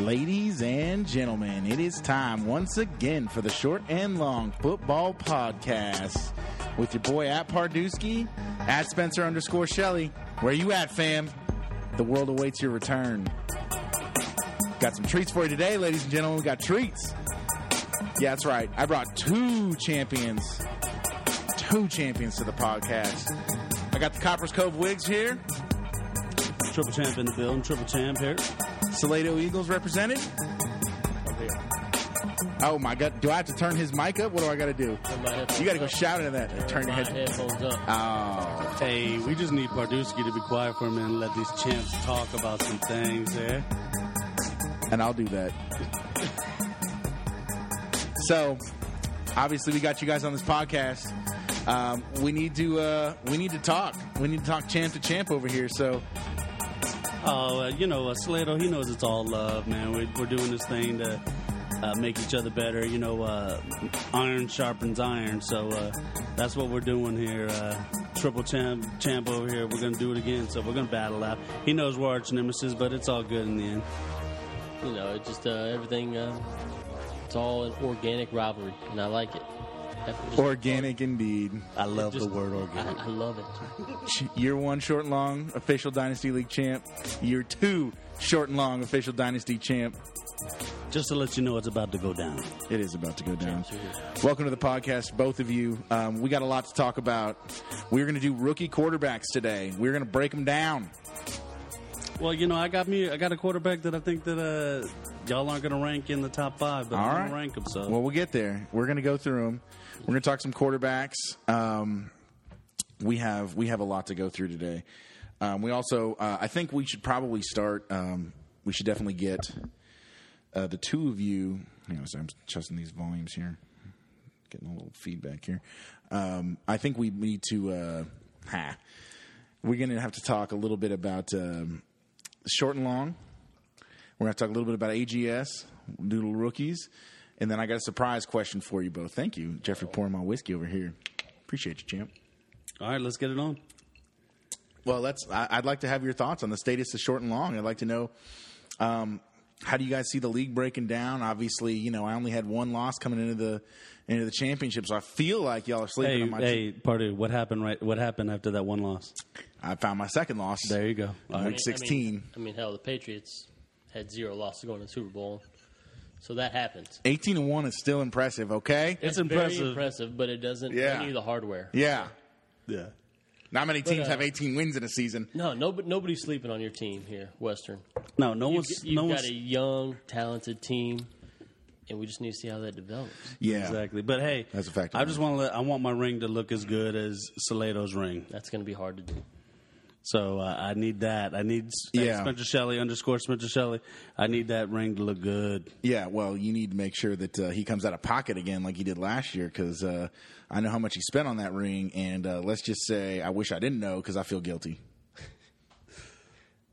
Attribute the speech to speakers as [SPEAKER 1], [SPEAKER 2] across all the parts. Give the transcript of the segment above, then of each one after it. [SPEAKER 1] Ladies and gentlemen, it is time once again for the short and long football podcast with your boy at Pardusky, at Spencer underscore Shelley. Where you at, fam? The world awaits your return. Got some treats for you today, ladies and gentlemen. We got treats. Yeah, that's right. I brought two champions, two champions to the podcast. I got the Coppers Cove Wigs here.
[SPEAKER 2] Triple champ in the building. Triple champ here.
[SPEAKER 1] Salado Eagles represented. Oh my god, do I have to turn his mic up? What do I gotta do? You gotta go shout into that. Turn your head. Oh.
[SPEAKER 2] Hey, we just need Bardusky to be quiet for a minute and let these champs talk about some things there.
[SPEAKER 1] and I'll do that. so, obviously, we got you guys on this podcast. Um, we need to uh, we need to talk. We need to talk champ to champ over here. So,
[SPEAKER 2] Oh, uh, you know, uh, Slato, he knows it's all love, man. We're, we're doing this thing to uh, make each other better. You know, uh, iron sharpens iron. So uh, that's what we're doing here. Uh, triple champ, champ over here. We're going to do it again. So we're going to battle out. He knows we're arch nemesis, but it's all good in the end.
[SPEAKER 3] You know, it just uh, everything. Uh, it's all an organic rivalry, and I like it. That's just-
[SPEAKER 1] organic indeed.
[SPEAKER 2] I love
[SPEAKER 3] Just-
[SPEAKER 2] the word
[SPEAKER 3] I,
[SPEAKER 2] organic.
[SPEAKER 3] I love it.
[SPEAKER 1] Ch- Year one, short and long, official Dynasty League champ. Year two, short and long, official Dynasty champ.
[SPEAKER 2] Just to let you know, it's about to go down.
[SPEAKER 1] It is about to go down. Welcome to the podcast, both of you. Um, we got a lot to talk about. We're going to do rookie quarterbacks today. We're going to break them down.
[SPEAKER 2] Well, you know, I got me. I got a quarterback that I think that uh, y'all aren't going to rank in the top five, but
[SPEAKER 1] All
[SPEAKER 2] I'm
[SPEAKER 1] right.
[SPEAKER 2] going to rank him. So
[SPEAKER 1] Well, we'll get there. We're going to go through them. We're going to talk some quarterbacks. Um, we have we have a lot to go through today. Um, we also, uh, I think we should probably start. Um, we should definitely get uh, the two of you. Hang on, a second, I'm adjusting these volumes here. Getting a little feedback here. Um, I think we need to. Uh, ha, we're going to have to talk a little bit about um, short and long. We're going to talk a little bit about AGS, Noodle Rookies, and then I got a surprise question for you both. Thank you, Jeffrey, pouring my whiskey over here. Appreciate you, champ.
[SPEAKER 2] all right, let's get it on.
[SPEAKER 1] Well, that's. I, I'd like to have your thoughts on the status of short and long. I'd like to know um, how do you guys see the league breaking down? Obviously, you know I only had one loss coming into the into the championship, so I feel like y'all are sleeping
[SPEAKER 2] Hey,
[SPEAKER 1] on my.
[SPEAKER 2] hey, party! What happened? Right? What happened after that one loss?
[SPEAKER 1] I found my second loss.
[SPEAKER 2] There you go. All
[SPEAKER 3] I
[SPEAKER 2] right.
[SPEAKER 3] mean-
[SPEAKER 1] 16.
[SPEAKER 3] I mean, hell, the Patriots had zero losses going to the Super Bowl, so that happens.
[SPEAKER 1] Eighteen and one is still impressive. Okay.
[SPEAKER 2] It's
[SPEAKER 3] very
[SPEAKER 2] impressive.
[SPEAKER 3] impressive, but it doesn't.
[SPEAKER 1] Yeah.
[SPEAKER 3] They knew the hardware.
[SPEAKER 1] Yeah.
[SPEAKER 2] Yeah.
[SPEAKER 1] Not many teams
[SPEAKER 3] uh,
[SPEAKER 1] have eighteen wins in a season.
[SPEAKER 3] No, nobody, nobody's sleeping on your team here, Western.
[SPEAKER 2] No, no
[SPEAKER 3] You've,
[SPEAKER 2] one's.
[SPEAKER 3] you've
[SPEAKER 2] no
[SPEAKER 3] got
[SPEAKER 2] one's
[SPEAKER 3] a young, talented team, and we just need to see how that develops.
[SPEAKER 1] Yeah.
[SPEAKER 2] exactly. But hey,
[SPEAKER 1] That's a fact.
[SPEAKER 2] I just want to. let I want my ring to look as good as Salato's ring.
[SPEAKER 3] That's going to be hard to do.
[SPEAKER 2] So uh, I need that. I need S-
[SPEAKER 1] Yeah.
[SPEAKER 2] Spencer Shelley underscore Spencer Shelley. I need that ring to look good.
[SPEAKER 1] Yeah, well, you need to make sure that uh, he comes out of pocket again like he did last year because uh, I know how much he spent on that ring. And uh, let's just say I wish I didn't know because I feel guilty.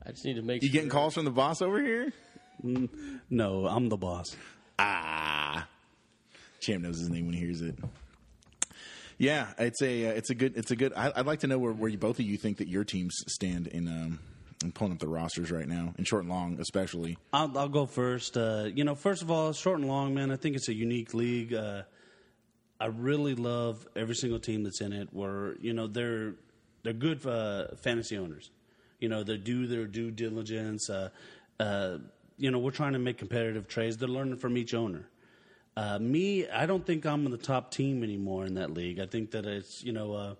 [SPEAKER 3] I just need to make.
[SPEAKER 1] You
[SPEAKER 3] sure
[SPEAKER 1] getting calls from the boss over here?
[SPEAKER 2] No, I'm the boss.
[SPEAKER 1] Ah, Champ knows his name when he hears it. Yeah, it's a uh, it's a good it's a good. I, I'd like to know where, where you both of you think that your teams stand in um, in pulling up the rosters right now, in short and long especially.
[SPEAKER 2] I'll, I'll go first. Uh, you know, first of all, short and long, man. I think it's a unique league. Uh, I really love every single team that's in it. Where you know they're they're good uh, fantasy owners. You know they do their due diligence. Uh, uh, you know we're trying to make competitive trades. They're learning from each owner. Uh, me, I don't think I'm the top team anymore in that league. I think that it's you know uh,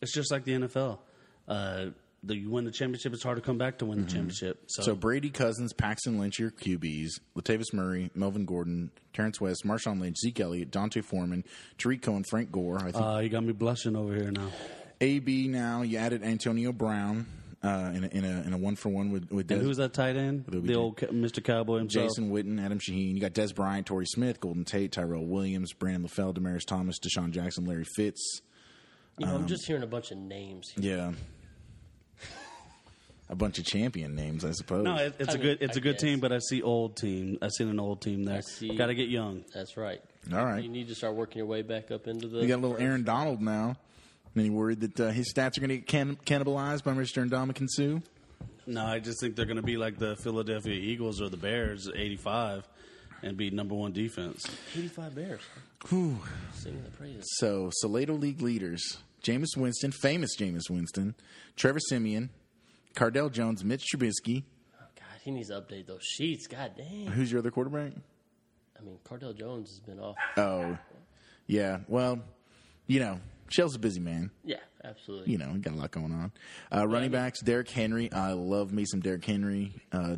[SPEAKER 2] it's just like the NFL. Uh, the, you win the championship, it's hard to come back to win the championship.
[SPEAKER 1] So Brady Cousins, Paxton Lynch, your QBs, Latavius Murray, Melvin Gordon, Terrence West, Marshawn Lynch, Zeke Elliott, Dante Foreman, Tariq Cohen, Frank Gore. I think
[SPEAKER 2] Uh, you got me blushing over here now.
[SPEAKER 1] AB now. You added Antonio Brown uh, in, a, in a in a one for one with with Des,
[SPEAKER 2] And who's that tight end?
[SPEAKER 1] we
[SPEAKER 2] The old ca- Mr. Cowboy himself.
[SPEAKER 1] Jason Witten, Adam Shaheen. You got Des Bryant, Torrey Smith, Golden Tate, Tyrell Williams, Brandon LaFell, Damaris Thomas, Deshaun Jackson, Larry Fitz.
[SPEAKER 3] You
[SPEAKER 2] um,
[SPEAKER 3] know, I'm just hearing a bunch of names. Here.
[SPEAKER 1] Yeah. A bunch of champion names, I suppose.
[SPEAKER 2] No, it, it's a
[SPEAKER 3] I
[SPEAKER 2] good
[SPEAKER 3] mean,
[SPEAKER 2] it's
[SPEAKER 3] I
[SPEAKER 2] a good
[SPEAKER 3] guess.
[SPEAKER 2] team, but I see old team. I seen an old team there.
[SPEAKER 3] see-
[SPEAKER 2] Got to get young.
[SPEAKER 3] That's right.
[SPEAKER 1] All right.
[SPEAKER 3] You need to start working your way back up into the.
[SPEAKER 1] You got a little Aaron Donald now. And he worried that uh, his stats are going to get can- cannibalized by Mr. Indomitian Sue?
[SPEAKER 2] No, I just think they're going to be like the Philadelphia Eagles or the Bears, eighty-five, and be number one defense.
[SPEAKER 3] 85 Bears. Singing the praises.
[SPEAKER 1] So Salado League leaders: Jameis Winston, famous Jameis Winston, Trevor Simeon, Cardell Jones, Mitch Trubisky.
[SPEAKER 3] Oh, God, he needs to update those sheets. God damn.
[SPEAKER 1] Who's your other quarterback?
[SPEAKER 3] I mean, Cardell Jones has been off.
[SPEAKER 1] Oh, yeah. Well, you know, Shell's a busy man.
[SPEAKER 3] Yeah, absolutely.
[SPEAKER 1] You know, he got a lot going on. Uh, running backs: Derrick Henry. I love me some Derrick Henry. Uh,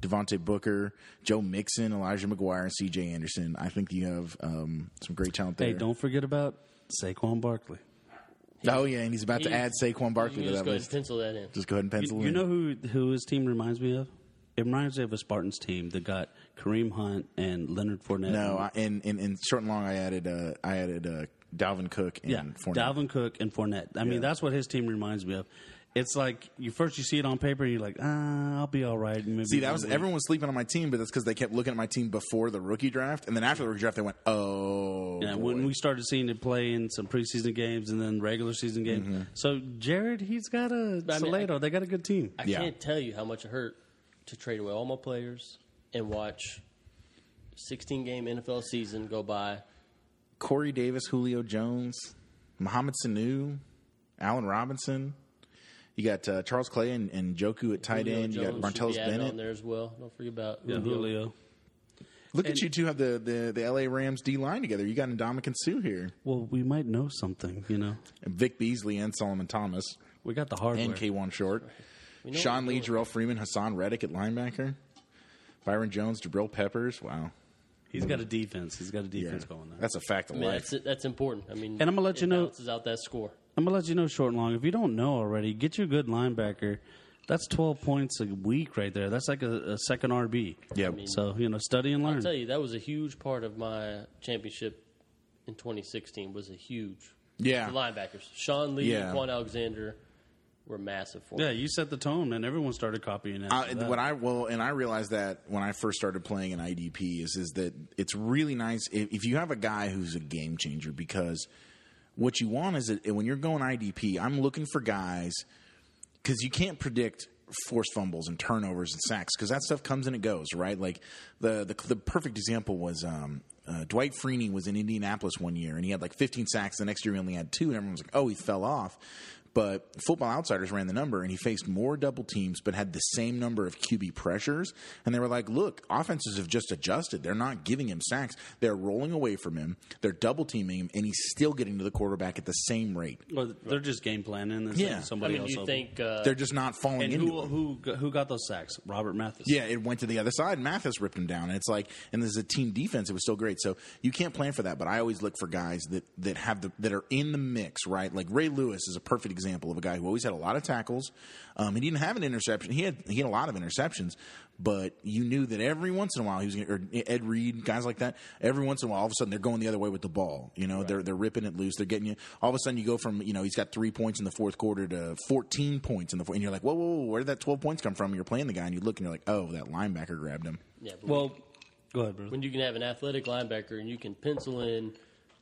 [SPEAKER 1] Devontae Booker, Joe Mixon, Elijah McGuire, and C.J. Anderson. I think you have um, some great talent there.
[SPEAKER 2] Hey, don't forget about Saquon Barkley.
[SPEAKER 1] oh yeah, and he's about to
[SPEAKER 3] He's-
[SPEAKER 1] add Saquon
[SPEAKER 3] You
[SPEAKER 1] Barkley
[SPEAKER 3] can
[SPEAKER 1] to that
[SPEAKER 3] just go ahead and
[SPEAKER 1] list.
[SPEAKER 3] pencil that in.
[SPEAKER 1] Just go ahead and pencil
[SPEAKER 2] You,
[SPEAKER 1] it
[SPEAKER 2] you
[SPEAKER 1] in.
[SPEAKER 2] know who who his team reminds me of? It reminds me of a Spartans team that got Kareem Hunt and Leonard Fournette.
[SPEAKER 1] No, I, in, in in short and long, I added uh, I added uh, Dalvin Cook and
[SPEAKER 2] yeah,
[SPEAKER 1] Fournette.
[SPEAKER 2] Dalvin Cook and Fournette. I mean, that's what his team reminds me of. It's like you first you see it on paper, and you're like, ah, I'll be all right. Maybe
[SPEAKER 1] See, that
[SPEAKER 2] one
[SPEAKER 1] was
[SPEAKER 2] week."
[SPEAKER 1] everyone was sleeping on my team, but that's because they kept looking at my team before the rookie draft, and then after the rookie draft, they went, "Oh,
[SPEAKER 2] Yeah,
[SPEAKER 1] boy.
[SPEAKER 2] when we started seeing it play in some preseason games and then regular season games.
[SPEAKER 1] Mm-hmm.
[SPEAKER 2] So Jared, he's got a
[SPEAKER 3] I mean,
[SPEAKER 2] Salado. they got a good team.
[SPEAKER 3] I
[SPEAKER 1] Yeah.
[SPEAKER 3] can't tell you how much it hurt to trade away all my players and watch 16 game NFL season go by.
[SPEAKER 1] Corey Davis, Julio Jones, Mohamed Sanu, Allen Robinson. You got uh, Charles Clay and, and Joku at tight
[SPEAKER 3] Julio
[SPEAKER 1] end. You got
[SPEAKER 3] Jones should
[SPEAKER 1] Martellus
[SPEAKER 3] be added on
[SPEAKER 1] Bennett.
[SPEAKER 3] there as well. Don't forget about
[SPEAKER 2] Yeah, Julio.
[SPEAKER 1] Look at you two have the, the, the L.A. Rams D line together. You got Ndamukong Sue here,
[SPEAKER 2] Well, we might know something. You know,
[SPEAKER 1] and Vic Beasley and Solomon Thomas.
[SPEAKER 2] we got the hardware.
[SPEAKER 1] and K1 Short.
[SPEAKER 3] We know what
[SPEAKER 1] Sean
[SPEAKER 3] we're
[SPEAKER 1] Lee,
[SPEAKER 3] doing.
[SPEAKER 1] Jarrell Freeman, Hassan Reddick at linebacker. Byron Jones, Jabril Peppers. Wow.
[SPEAKER 2] He's got a defense. He's got a
[SPEAKER 1] Yeah.
[SPEAKER 2] defense going there.
[SPEAKER 1] That's a fact of
[SPEAKER 3] I mean,
[SPEAKER 1] life.
[SPEAKER 3] that's that's important. I mean,
[SPEAKER 2] And I'm gonna let
[SPEAKER 3] it
[SPEAKER 2] you know-
[SPEAKER 3] balances out that score.
[SPEAKER 2] I'm gonna let you know short and long. If you don't know already, get you a good linebacker. That's 12 points a week right there. That's like a, a second RB.
[SPEAKER 1] Yeah.
[SPEAKER 2] So you know, study and
[SPEAKER 1] Hmm.
[SPEAKER 3] I'll
[SPEAKER 2] learn.
[SPEAKER 3] tell you, that was a huge part of my championship in 2016. Was a huge.
[SPEAKER 1] Yeah.
[SPEAKER 3] The linebackers, Sean Lee,
[SPEAKER 1] Yeah.
[SPEAKER 3] Quan Alexander, were massive for
[SPEAKER 2] yeah,
[SPEAKER 3] me.
[SPEAKER 2] you set the tone, man. Everyone started copying it.
[SPEAKER 1] I, what I well, and I realized that when I first started playing in IDP is is that it's really nice if, if you have a guy who's a game changer because what you want is that when you're going IDP, I'm looking for guys because you can't predict forced fumbles and turnovers and sacks because that stuff comes and it goes, right? Like the the, the perfect example was um, uh, Dwight Freeney was in Indianapolis one year and he had like 15 sacks. The next year he only had two, and everyone was like, "Oh, he fell off." But Football Outsiders ran the number, and he faced more double teams, but had the same number of QB pressures. And they were like, "Look, offenses have just adjusted. They're not giving him sacks. They're rolling away from him. They're double teaming him, and he's still getting to the quarterback at the same rate.
[SPEAKER 2] Well, they're just game planning. and
[SPEAKER 1] Yeah.
[SPEAKER 2] setting
[SPEAKER 3] I
[SPEAKER 2] Somebody
[SPEAKER 3] mean,
[SPEAKER 2] else
[SPEAKER 3] you
[SPEAKER 2] open.
[SPEAKER 3] think uh,
[SPEAKER 1] They're just not falling
[SPEAKER 2] And
[SPEAKER 1] into
[SPEAKER 2] who
[SPEAKER 1] him.
[SPEAKER 2] who got- who got those sacks? Robert Mathis.
[SPEAKER 1] Yeah, it went to the other side. Mathis ripped him down, and it's like, and this is a team defense. It was still great, so you can't plan for that. But I always look for guys that that have the that are in the mix, right? Like Ray Lewis is a perfect example of a guy who always had a lot of tackles. Um, he didn't have an interception. He had he had a lot of interceptions, but you knew that every once in a while he was gonna, or Ed Reed, guys like that. Every once in a while, all of a sudden they're going the other way with the ball. You know, they're they're ripping it loose. They're getting you. All of a sudden you go from you know he's got three points in the fourth quarter to fourteen points in the fourth, and you're like, whoa, whoa, whoa, where did that twelve points come from? And you're playing the guy, and you look, and you're like, oh, that linebacker grabbed him.
[SPEAKER 3] yeah, but
[SPEAKER 2] Well, go ahead, bro.
[SPEAKER 3] when you can have an athletic linebacker and you can pencil in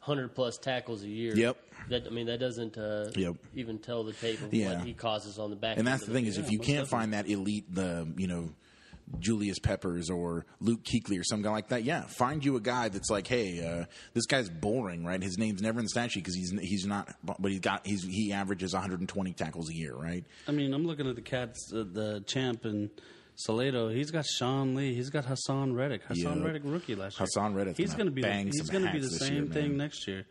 [SPEAKER 3] 100 plus tackles a year.
[SPEAKER 1] Yep.
[SPEAKER 3] That I mean that doesn't uh,
[SPEAKER 1] Yep.
[SPEAKER 3] even tell the tape of
[SPEAKER 1] Yeah.
[SPEAKER 3] what he causes on the back.
[SPEAKER 1] And
[SPEAKER 3] end
[SPEAKER 1] that's
[SPEAKER 3] of
[SPEAKER 1] the thing is, if you
[SPEAKER 2] most
[SPEAKER 1] can't find that elite, the you know Julius Peppers or Luke Kuechly or some guy like that, yeah, find you a guy that's like, hey, uh, this guy's boring, right? His name's never in the stat sheet because he's he's not, but he's got he's he averages 120 tackles a year, right?
[SPEAKER 2] I mean, I'm looking at the cats, uh, the champ and Salado. He's got Sean Lee. He's got Hassan Reddick. Hassan
[SPEAKER 1] Yeah.
[SPEAKER 2] Reddick rookie last year.
[SPEAKER 1] Hassan Reddick's
[SPEAKER 2] He's
[SPEAKER 1] gonna
[SPEAKER 2] going to be the,
[SPEAKER 1] bang
[SPEAKER 2] he's
[SPEAKER 1] some
[SPEAKER 2] going to be the
[SPEAKER 1] hats this
[SPEAKER 2] same
[SPEAKER 1] year,
[SPEAKER 2] thing
[SPEAKER 1] man. Mm-hmm.
[SPEAKER 2] next year.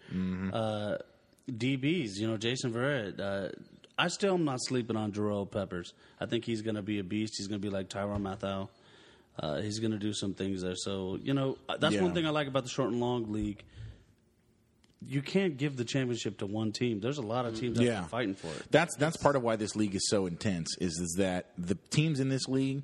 [SPEAKER 2] Uh, DBs, you know, Jason Verrett. Uh, I still am not sleeping on Jarrell Peppers. I think he's going to be a beast. He's going to be like Tyron Mathau. Uh, he's going to do some things there. So you know, uh, that's
[SPEAKER 1] Yeah.
[SPEAKER 2] one thing I like about the short and long league. You can't give the championship to one team. There's a lot of teams out
[SPEAKER 1] Yeah.
[SPEAKER 2] there fighting for it.
[SPEAKER 1] That's that's part of why this league is so intense. Is is that the teams in this league?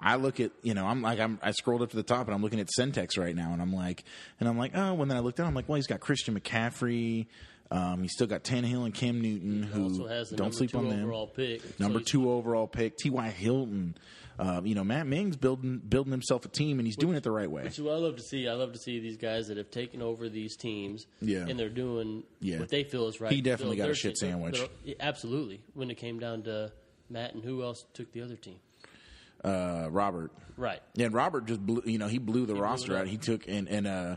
[SPEAKER 1] I look at you know I'm like I'm I scrolled up to the top and I'm looking at Centex right now and I'm like and I'm like oh and then I looked down I'm like well he's got Christian McCaffrey, um, he's still got Tannehill and Cam Newton who
[SPEAKER 3] also has the
[SPEAKER 1] don't
[SPEAKER 3] number
[SPEAKER 1] sleep
[SPEAKER 3] two
[SPEAKER 1] on them
[SPEAKER 3] overall pick.
[SPEAKER 1] number
[SPEAKER 3] So he's-
[SPEAKER 1] two overall pick T Y Hilton, uh, you know Matt Ming's building building himself a team and he's doing it the right way.
[SPEAKER 3] So I love to see. I love to see these guys that have taken over these teams.
[SPEAKER 1] Yeah.
[SPEAKER 3] And they're doing
[SPEAKER 1] Yeah.
[SPEAKER 3] what they feel is right.
[SPEAKER 1] He
[SPEAKER 3] to
[SPEAKER 1] definitely got
[SPEAKER 3] build
[SPEAKER 1] a
[SPEAKER 3] their
[SPEAKER 1] shit
[SPEAKER 3] team.
[SPEAKER 1] sandwich.
[SPEAKER 3] They're- yeah, absolutely. When it came down to Matt and who else took the other team.
[SPEAKER 1] uh, Robert.
[SPEAKER 3] Right.
[SPEAKER 1] Yeah, and Robert just blew, you know, he blew the roster
[SPEAKER 3] up.
[SPEAKER 1] out. He took and and uh,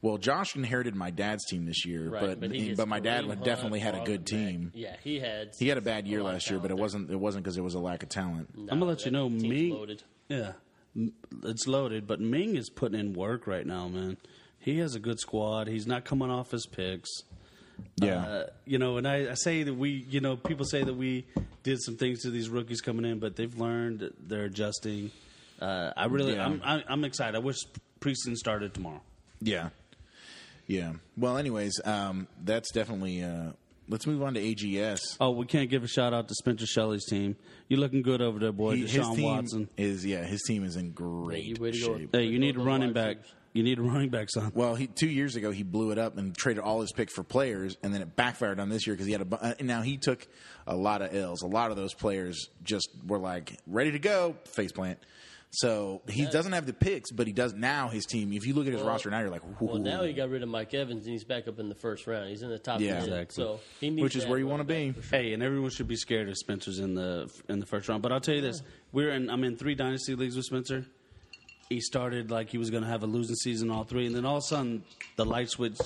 [SPEAKER 1] well, Josh inherited my dad's team this year,
[SPEAKER 3] Right.
[SPEAKER 1] but
[SPEAKER 3] he
[SPEAKER 1] but,
[SPEAKER 3] gets
[SPEAKER 1] my dad
[SPEAKER 3] Kareem
[SPEAKER 1] would
[SPEAKER 3] Hunt,
[SPEAKER 1] definitely had a
[SPEAKER 3] Marlon
[SPEAKER 1] good
[SPEAKER 3] Mack.
[SPEAKER 1] team.
[SPEAKER 3] Yeah, he had.
[SPEAKER 1] He had a bad year
[SPEAKER 3] lot of
[SPEAKER 1] last year, but it
[SPEAKER 3] talent
[SPEAKER 1] wasn't it wasn't because it was a lack of talent.
[SPEAKER 3] there.
[SPEAKER 2] I'm gonna
[SPEAKER 3] No,
[SPEAKER 2] let you
[SPEAKER 3] that
[SPEAKER 2] know,
[SPEAKER 3] team's
[SPEAKER 2] Ming.
[SPEAKER 3] loaded.
[SPEAKER 2] Yeah, M- it's loaded, but Ming is putting in work right now, man. He has a good squad. He's not coming off his picks.
[SPEAKER 1] Yeah,
[SPEAKER 2] Uh, you know, and I, I say that we, you know, people say that we did some things to these rookies coming in, but they've learned. They're adjusting. Uh, I really,
[SPEAKER 1] Yeah.
[SPEAKER 2] I'm, I, I'm excited. I wish preseason started tomorrow.
[SPEAKER 1] yeah, yeah. Well, anyways, um, that's definitely. Uh, let's move on to AGS.
[SPEAKER 2] Oh, we can't give a shout out to Spencer Shelley's team. You're looking good over there, boy.
[SPEAKER 1] He- his
[SPEAKER 2] Deshaun
[SPEAKER 1] team
[SPEAKER 2] Watson.
[SPEAKER 1] is yeah, his team is in great
[SPEAKER 3] you way to go.
[SPEAKER 1] shape.
[SPEAKER 2] Hey, you need a
[SPEAKER 3] Those
[SPEAKER 2] running
[SPEAKER 3] wide
[SPEAKER 2] back.
[SPEAKER 3] receivers.
[SPEAKER 2] You need a running back, son.
[SPEAKER 1] Well, he two years ago he blew it up and traded all his pick for players, and then it backfired on this year because he had a. bu- uh, and Now he took a lot of L's. A lot of those players just were like ready to go faceplant. So he doesn't have the picks, but he does now. His team. If you look at his roster now, you're like,
[SPEAKER 3] Well,
[SPEAKER 1] "Ooh."
[SPEAKER 3] now he got rid of Mike Evans, and he's back up in the first round. He's in the top.
[SPEAKER 1] Yeah.
[SPEAKER 3] ten,
[SPEAKER 2] Exactly.
[SPEAKER 3] So he needs
[SPEAKER 1] which is
[SPEAKER 3] that
[SPEAKER 1] where you want
[SPEAKER 3] running
[SPEAKER 1] to be.
[SPEAKER 2] Hey, and everyone should be scared if Spencer's in the in the first round. But I'll tell you this: we're in. I'm in three dynasty leagues with Spencer. He started like he was going to have a losing season, all three, and then all of a sudden the light switch.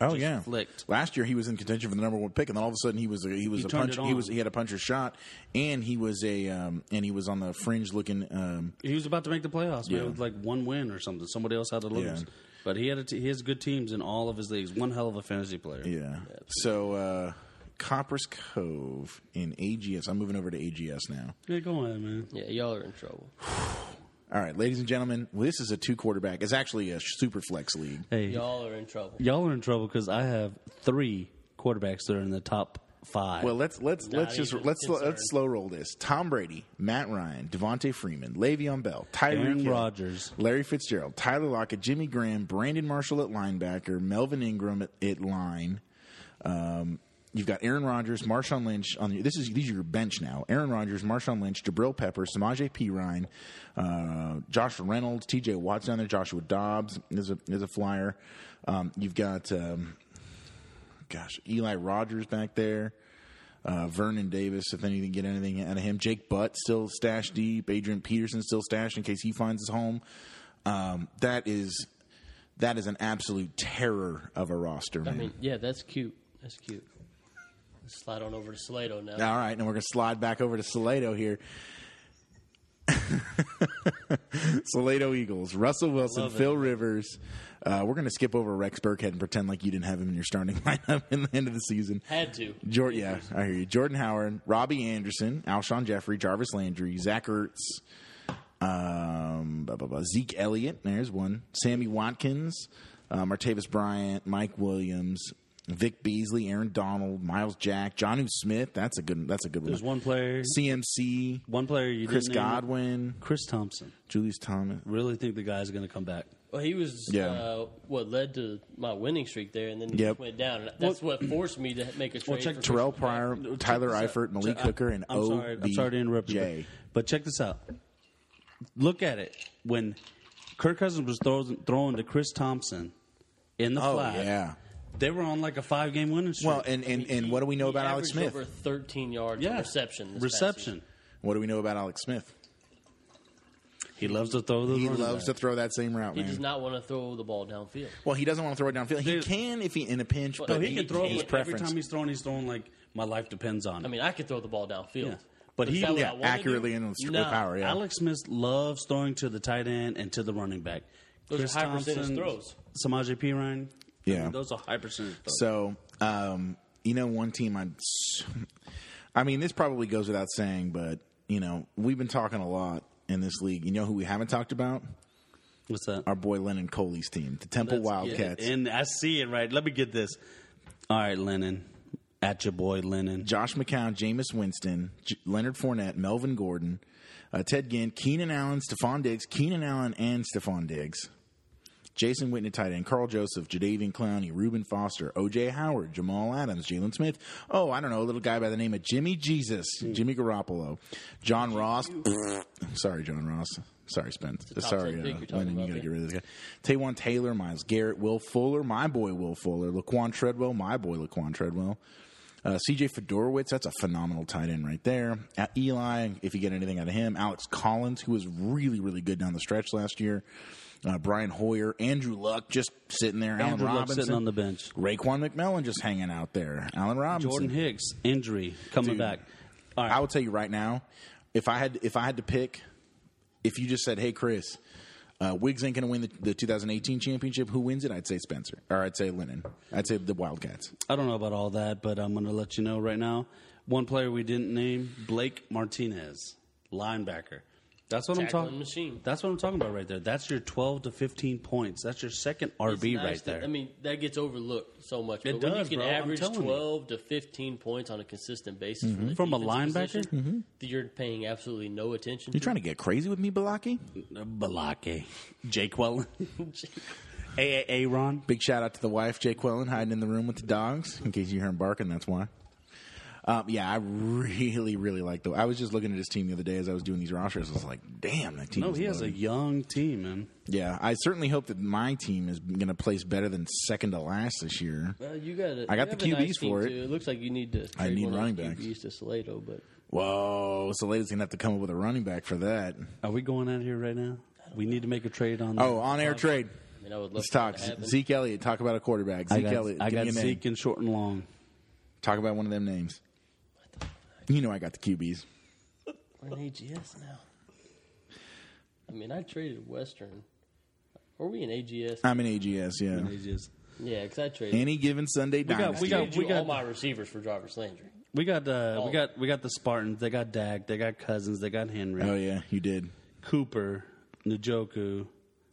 [SPEAKER 1] Oh
[SPEAKER 2] just
[SPEAKER 1] yeah,
[SPEAKER 2] flicked.
[SPEAKER 1] last year he was in contention for the number one pick, and then all of a sudden he was a, he was
[SPEAKER 2] He
[SPEAKER 1] a
[SPEAKER 2] turned
[SPEAKER 1] punch.
[SPEAKER 2] it
[SPEAKER 1] He was
[SPEAKER 2] on.
[SPEAKER 1] he had a puncher shot, and he was a um, and he was on the fringe looking. Um,
[SPEAKER 2] He was about to make the playoffs, man,
[SPEAKER 1] Yeah.
[SPEAKER 2] with like one win or something. Somebody else had to lose,
[SPEAKER 1] Yeah.
[SPEAKER 2] but he had a t- he has good teams in all of his leagues. One hell of a fantasy player.
[SPEAKER 1] Yeah. So uh Copper's Cove in AGS. I'm moving over to AGS now.
[SPEAKER 2] Yeah, go ahead, man.
[SPEAKER 3] back. Yeah, y'all are in trouble.
[SPEAKER 1] All right, ladies and gentlemen, well, this is a two quarterback. It's actually a super flex league.
[SPEAKER 2] Hey, y'all,
[SPEAKER 3] Y'all are in trouble.
[SPEAKER 2] are in trouble because I have three quarterbacks that are in the top five.
[SPEAKER 1] Well, let's let's
[SPEAKER 3] Nah,
[SPEAKER 1] let's
[SPEAKER 3] he's
[SPEAKER 1] just
[SPEAKER 3] just
[SPEAKER 1] let's sl-
[SPEAKER 3] concerned.
[SPEAKER 1] let's slow roll this. Tom Brady, Matt Ryan, Devontae Freeman, Le'Veon Bell, Tyreek
[SPEAKER 2] Aaron
[SPEAKER 1] Hill,
[SPEAKER 2] Rodgers.
[SPEAKER 1] Larry Fitzgerald, Tyler Lockett, Jimmy Graham, Brandon Marshall at linebacker, Melvin Ingram at, at line. Um, you've got Aaron Rodgers, Marshawn Lynch on the, this is these are your bench now. Aaron Rodgers, Marshawn Lynch, Jabril Pepper, Samaje P. Ryan, uh, Josh Reynolds, T.J. Watts down there, Joshua Dobbs is a is a flyer. Um, you've got um, gosh Eli Rogers back there. Uh, Vernon Davis, if anything, get anything out of him. Jake Butt still stashed deep. Adrian Peterson still stashed in case he finds his home. Um, that is that is an absolute terror of a roster, man.
[SPEAKER 3] I mean, yeah, that's cute. That's cute. Let's slide on over to Salado now.
[SPEAKER 1] All right, and we're going to slide back over to Salado here. Salado Eagles, Russell Wilson,
[SPEAKER 2] Love it.
[SPEAKER 1] Phil Rivers. Uh, we're going to skip over Rex Burkhead and pretend like you didn't have him in your starting lineup in the end of the season.
[SPEAKER 3] Had to.
[SPEAKER 1] Jordan, yeah, I hear you. Jordan Howard, Robbie Anderson, Alshon Jeffrey, Jarvis Landry, Zach Ertz, um, blah, blah, blah. Zeke Elliott. There's one. Sammy Watkins, uh, Martavis Bryant, Mike Williams, Vic Beasley, Aaron Donald, Miles Jack, Johnu Smith. That's a good. That's a good
[SPEAKER 2] There's
[SPEAKER 1] one.
[SPEAKER 2] one player,
[SPEAKER 1] CMC,
[SPEAKER 2] one player you
[SPEAKER 1] Chris
[SPEAKER 2] didn't name.
[SPEAKER 1] Godwin,
[SPEAKER 2] Chris Thompson.
[SPEAKER 1] Julius Thomas.
[SPEAKER 2] Really think the guy's going to come back.
[SPEAKER 3] Well, he was
[SPEAKER 1] Yeah.
[SPEAKER 3] uh, what led to my winning streak there, and then it
[SPEAKER 1] Yep.
[SPEAKER 3] went down. And that's what forced me to make a trade.
[SPEAKER 2] check
[SPEAKER 3] for
[SPEAKER 1] Terrell
[SPEAKER 3] Christian Kirk.
[SPEAKER 1] Pryor, Tyler
[SPEAKER 2] this out.
[SPEAKER 1] Eifert, Malik
[SPEAKER 2] I-
[SPEAKER 1] Hooker, and
[SPEAKER 2] uh, I'm sorry, I'm sorry to interrupt you,
[SPEAKER 1] OBJ.
[SPEAKER 2] but, but check this out. Look at it. When Kirk Cousins was throwing, throwing to Chris Thompson in the
[SPEAKER 1] Oh
[SPEAKER 2] flat,
[SPEAKER 1] yeah.
[SPEAKER 2] they were on like a five game winning streak.
[SPEAKER 1] Well, and, and, and what do we know
[SPEAKER 3] He
[SPEAKER 1] about Alex
[SPEAKER 3] averaged
[SPEAKER 1] Smith?
[SPEAKER 3] Over 13 yards
[SPEAKER 2] yeah,
[SPEAKER 3] reception. This past
[SPEAKER 2] reception.
[SPEAKER 3] season.
[SPEAKER 1] What do we know about Alex Smith?
[SPEAKER 2] He loves to throw the.
[SPEAKER 1] He
[SPEAKER 2] running
[SPEAKER 1] loves to
[SPEAKER 2] back.
[SPEAKER 1] throw that same route,
[SPEAKER 3] He
[SPEAKER 1] man.
[SPEAKER 3] does not want to throw the ball downfield.
[SPEAKER 1] well, he doesn't want to throw it downfield. He
[SPEAKER 2] Dude.
[SPEAKER 1] can if he in a pinch, but
[SPEAKER 3] No,
[SPEAKER 2] He can throw
[SPEAKER 1] his
[SPEAKER 2] it, but every
[SPEAKER 1] preference.
[SPEAKER 2] time he's throwing. He's throwing like my life depends on it.
[SPEAKER 3] I mean, I could throw the ball downfield,
[SPEAKER 2] Yeah. But
[SPEAKER 3] is
[SPEAKER 2] he-
[SPEAKER 3] that what
[SPEAKER 1] yeah,
[SPEAKER 3] I wanna
[SPEAKER 1] accurately
[SPEAKER 3] do?
[SPEAKER 1] and with,
[SPEAKER 3] Nah.
[SPEAKER 1] with power. Yeah,
[SPEAKER 2] Alex Smith loves throwing to the tight end and to the running back.
[SPEAKER 3] Those are high percentage throws.
[SPEAKER 2] Samaje P. Ryan.
[SPEAKER 1] Yeah.
[SPEAKER 2] I mean, those are high percentage throws.
[SPEAKER 1] So, um, you know, one team I, I mean, this probably goes without saying, but you know, we've been talking a lot in this league. You know who we haven't talked about?
[SPEAKER 2] What's that?
[SPEAKER 1] Our boy Lennon Coley's team, the Temple
[SPEAKER 2] Let's get
[SPEAKER 1] Wildcats.
[SPEAKER 2] it. And I see it right. Let me get this. All right, Lennon. At your boy, Lennon.
[SPEAKER 1] Josh McCown, Jameis Winston, J- Leonard Fournette, Melvin Gordon, uh, Ted Ginn, Keenan Allen, Stephon Diggs, Keenan Allen and Stephon Diggs, Jason Whitney, tight end, Carl Joseph, Jadavian Clowney, Reuben Foster, O.J. Howard, Jamal Adams, Jalen Smith. Oh, I don't know, a little guy by the name of Jimmy Jesus,
[SPEAKER 3] Hmm.
[SPEAKER 1] Jimmy Garoppolo, John Ross. Sorry, John Ross. Sorry, Spence.
[SPEAKER 3] a top
[SPEAKER 1] Sorry,
[SPEAKER 3] ten
[SPEAKER 1] uh,
[SPEAKER 3] pick you're talking
[SPEAKER 1] Lennon, you got
[SPEAKER 3] about
[SPEAKER 1] to get
[SPEAKER 3] there.
[SPEAKER 1] rid of this guy. Taywan Taylor, Miles Garrett, Will Fuller, my boy Will Fuller, Laquan Treadwell, my boy Laquan Treadwell. Uh, CJ Fedorowicz, that's a phenomenal tight end right there. At Eli, if you get anything out of him, Alex Collins, who was really, really good down the stretch last year. Uh, Brian Hoyer, Andrew Luck just sitting there. Alan
[SPEAKER 2] Andrew Luck
[SPEAKER 1] Robinson
[SPEAKER 2] sitting on the bench.
[SPEAKER 1] Raquan McMillan just hanging out there. Alan Robinson.
[SPEAKER 2] Jordan Hicks injury coming
[SPEAKER 1] Dude.
[SPEAKER 2] back. All
[SPEAKER 1] I
[SPEAKER 2] right,
[SPEAKER 1] will tell you right now, if I had if I had to pick, if you just said, "Hey, Chris, uh, Wiggs ain't going to win the, the 2018 championship," who wins it? I'd say Spencer, or I'd say Lennon. I'd say the Wildcats.
[SPEAKER 2] I don't know about all that, but I'm going to let you know right now. One player we didn't name, Blake Martinez, linebacker. That's what I'm
[SPEAKER 3] Tackling
[SPEAKER 2] talking.
[SPEAKER 3] machine.
[SPEAKER 2] That's what I'm talking about right there. That's your 12 to 15 points. That's your second RB
[SPEAKER 3] It's nice
[SPEAKER 2] right
[SPEAKER 3] that-
[SPEAKER 2] there.
[SPEAKER 3] I mean, that gets overlooked so much.
[SPEAKER 2] It
[SPEAKER 3] but when
[SPEAKER 2] does,
[SPEAKER 3] you can
[SPEAKER 2] bro. I'm
[SPEAKER 3] average
[SPEAKER 2] telling you. Mm-hmm.
[SPEAKER 3] 12 to 15 points on a consistent basis from, the
[SPEAKER 2] From a
[SPEAKER 3] defensive
[SPEAKER 2] linebacker? Mm-hmm.
[SPEAKER 3] position, that you're paying absolutely no attention
[SPEAKER 1] You trying to get crazy with me, Balaki?
[SPEAKER 2] Balake, Jake Wellen, A A Ron.
[SPEAKER 1] Big shout out to the wife, Jake Quellen, hiding in the room with the dogs. In case you hear him barking, that's why. Um, yeah, I really, really like the. I was just looking at his team the other day as I was doing these rosters. I was like, "Damn, that team."
[SPEAKER 2] No,
[SPEAKER 1] is
[SPEAKER 2] he has a
[SPEAKER 1] loaded.
[SPEAKER 2] young team, man.
[SPEAKER 1] Yeah, I certainly hope that my team is going to place better than second to last this year.
[SPEAKER 3] Well, you got it.
[SPEAKER 1] I got
[SPEAKER 3] you
[SPEAKER 1] the
[SPEAKER 3] have a
[SPEAKER 1] QBs
[SPEAKER 3] nice team,
[SPEAKER 1] for it.
[SPEAKER 3] Too. It looks like you need to.
[SPEAKER 1] I
[SPEAKER 3] trade
[SPEAKER 1] need
[SPEAKER 3] one of
[SPEAKER 1] running
[SPEAKER 3] those
[SPEAKER 1] backs.
[SPEAKER 3] QBs to Salado, but
[SPEAKER 1] Whoa, so Ladies gonna have to come up with a running back for that.
[SPEAKER 2] Are we going out here right now? We need to make a trade on.
[SPEAKER 1] Oh, on air trade.
[SPEAKER 3] I mean, I would love
[SPEAKER 1] Let's
[SPEAKER 3] for that
[SPEAKER 1] talk.
[SPEAKER 3] to happen.
[SPEAKER 1] Zeke Elliott, talk about a quarterback.
[SPEAKER 2] I
[SPEAKER 1] Zeke
[SPEAKER 2] got,
[SPEAKER 1] Elliott,
[SPEAKER 2] I
[SPEAKER 1] give
[SPEAKER 2] got
[SPEAKER 1] me a name.
[SPEAKER 2] Zeke and short and long.
[SPEAKER 1] Talk about one of them names. You know I got the QBs.
[SPEAKER 3] We're in AGS now. I mean, I traded Western. Are we in AGS?
[SPEAKER 1] I'm an AGS, yeah.
[SPEAKER 2] He's just-
[SPEAKER 3] Yeah, because I traded.
[SPEAKER 1] Any given Sunday dynasty.
[SPEAKER 2] we got-
[SPEAKER 3] traded you all my receivers for Jarvis Landry.
[SPEAKER 2] We got uh,
[SPEAKER 3] Oh.
[SPEAKER 2] we got we got the Spartans. They got Dak. They got Cousins. They got Henry,
[SPEAKER 1] oh yeah, you did.
[SPEAKER 2] Cooper, Njoku.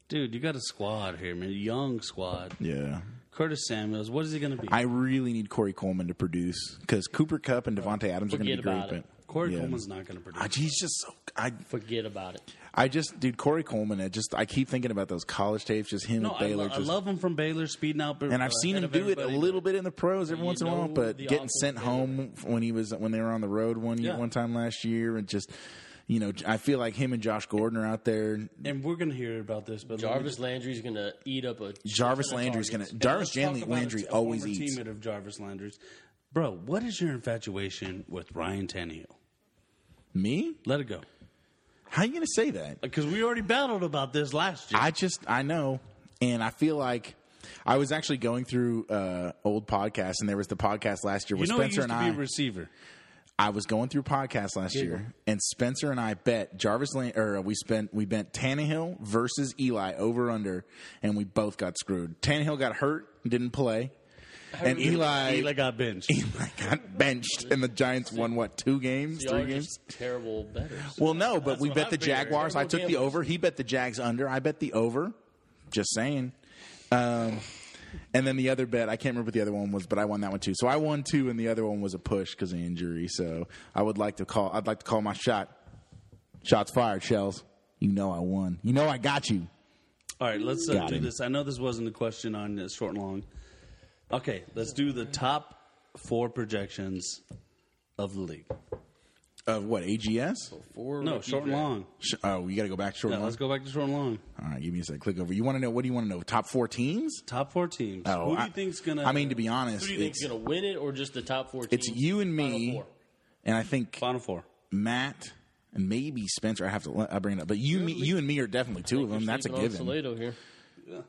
[SPEAKER 2] Dude, you got a squad here, man. Young squad.
[SPEAKER 1] Yeah.
[SPEAKER 2] Curtis Samuels. What is he going to be?
[SPEAKER 1] I really need Corey Coleman to produce because Cooper Cup and Devontae Adams are going to be
[SPEAKER 3] Forget
[SPEAKER 1] great.
[SPEAKER 3] about
[SPEAKER 1] But
[SPEAKER 3] it.
[SPEAKER 2] Corey
[SPEAKER 1] yeah.
[SPEAKER 2] Coleman's not going to produce.
[SPEAKER 1] I, he's just so. I
[SPEAKER 3] Forget about it.
[SPEAKER 1] I just dude Corey Coleman. I just I keep thinking about those college tapes. Just him
[SPEAKER 2] no,
[SPEAKER 1] and
[SPEAKER 2] I,
[SPEAKER 1] Baylor.
[SPEAKER 2] lo- I
[SPEAKER 1] just,
[SPEAKER 2] love him from Baylor, speeding uh, out.
[SPEAKER 1] and I've seen him do it a little bit in the pros every
[SPEAKER 3] You
[SPEAKER 1] once in a while,
[SPEAKER 3] know
[SPEAKER 1] but
[SPEAKER 3] the
[SPEAKER 1] getting
[SPEAKER 3] offense
[SPEAKER 1] sent
[SPEAKER 3] better.
[SPEAKER 1] home when he was when they were on the road one year,
[SPEAKER 2] Yeah.
[SPEAKER 1] one time last year, and just you know, I feel like him and Josh Gordon are out there.
[SPEAKER 2] And we're going to hear about this, but let me
[SPEAKER 3] Jarvis Landry's going to eat up a.
[SPEAKER 1] Jarvis Landry's gonna
[SPEAKER 2] And
[SPEAKER 1] Jarvis
[SPEAKER 2] let's talk
[SPEAKER 1] Janley
[SPEAKER 2] about
[SPEAKER 1] Landry
[SPEAKER 2] a- a
[SPEAKER 1] always
[SPEAKER 2] former
[SPEAKER 1] eats.
[SPEAKER 2] Teammate of Jarvis Landry's, bro. What is your infatuation with Ryan Tannehill?
[SPEAKER 1] Me?
[SPEAKER 2] Let it go,
[SPEAKER 1] How you gonna say that?
[SPEAKER 2] because we already battled about this last year.
[SPEAKER 1] I just I know, and I feel like I was actually going through uh, old podcasts, and there was the podcast last year
[SPEAKER 2] you
[SPEAKER 1] where
[SPEAKER 2] know,
[SPEAKER 1] Spencer
[SPEAKER 2] he
[SPEAKER 1] and
[SPEAKER 2] used to
[SPEAKER 1] I.
[SPEAKER 2] be a receiver.
[SPEAKER 1] I was going through podcasts last year, and Spencer and I bet Jarvis Land or uh, we spent we bet Tannehill versus Eli over under, and we both got screwed. Tannehill got hurt, didn't play, and Eli
[SPEAKER 2] Eli
[SPEAKER 1] Eli
[SPEAKER 2] got benched.
[SPEAKER 1] got benched, and the Giants won what two games,
[SPEAKER 3] Y'all
[SPEAKER 1] three
[SPEAKER 3] are
[SPEAKER 1] games.
[SPEAKER 3] just terrible betters.
[SPEAKER 1] Well, no, but we
[SPEAKER 2] what
[SPEAKER 1] bet
[SPEAKER 2] I
[SPEAKER 1] the
[SPEAKER 2] figured.
[SPEAKER 1] Jaguars. I
[SPEAKER 3] Terrible
[SPEAKER 1] took the
[SPEAKER 3] gamblers.
[SPEAKER 1] over. He bet the Jags under. I bet the over. Just saying. Um, and then the other bet, I can't remember what the other one was, but I won that one too. So I won two, and the other one was a push because of injury. So I would like to call. I'd like to call my shot. Shots fired, shells. You know I won. You know I got you.
[SPEAKER 2] All right, let's uh,
[SPEAKER 1] Got
[SPEAKER 2] do
[SPEAKER 1] him.
[SPEAKER 2] this. I know this wasn't a question on uh, short and long. Okay, let's do the top four projections of the league.
[SPEAKER 1] Of what? AGS?
[SPEAKER 3] Four
[SPEAKER 2] No,
[SPEAKER 3] rookie
[SPEAKER 2] short and
[SPEAKER 3] draft.
[SPEAKER 2] long.
[SPEAKER 1] Sh- Oh, you got to go back short.
[SPEAKER 2] Yeah,
[SPEAKER 1] one.
[SPEAKER 2] let's go back to short and long.
[SPEAKER 1] All right, give me a sec. Click over. You want to know what do you want to know? Top four teams?
[SPEAKER 2] Top four teams.
[SPEAKER 1] Oh,
[SPEAKER 2] Who do
[SPEAKER 1] I-
[SPEAKER 2] you think's gonna?
[SPEAKER 1] I mean, to be honest,
[SPEAKER 3] Who do you think's
[SPEAKER 1] it's,
[SPEAKER 3] going to win it, or just the top four?
[SPEAKER 1] it's
[SPEAKER 3] teams?
[SPEAKER 1] you and
[SPEAKER 3] Final
[SPEAKER 1] me,
[SPEAKER 3] four.
[SPEAKER 1] and I think
[SPEAKER 2] final four.
[SPEAKER 1] Matt and maybe Spencer. I have to I bring it up, but you, me, you and me are definitely two of them. That's a
[SPEAKER 3] Sleeping on
[SPEAKER 1] given.
[SPEAKER 3] Toledo here.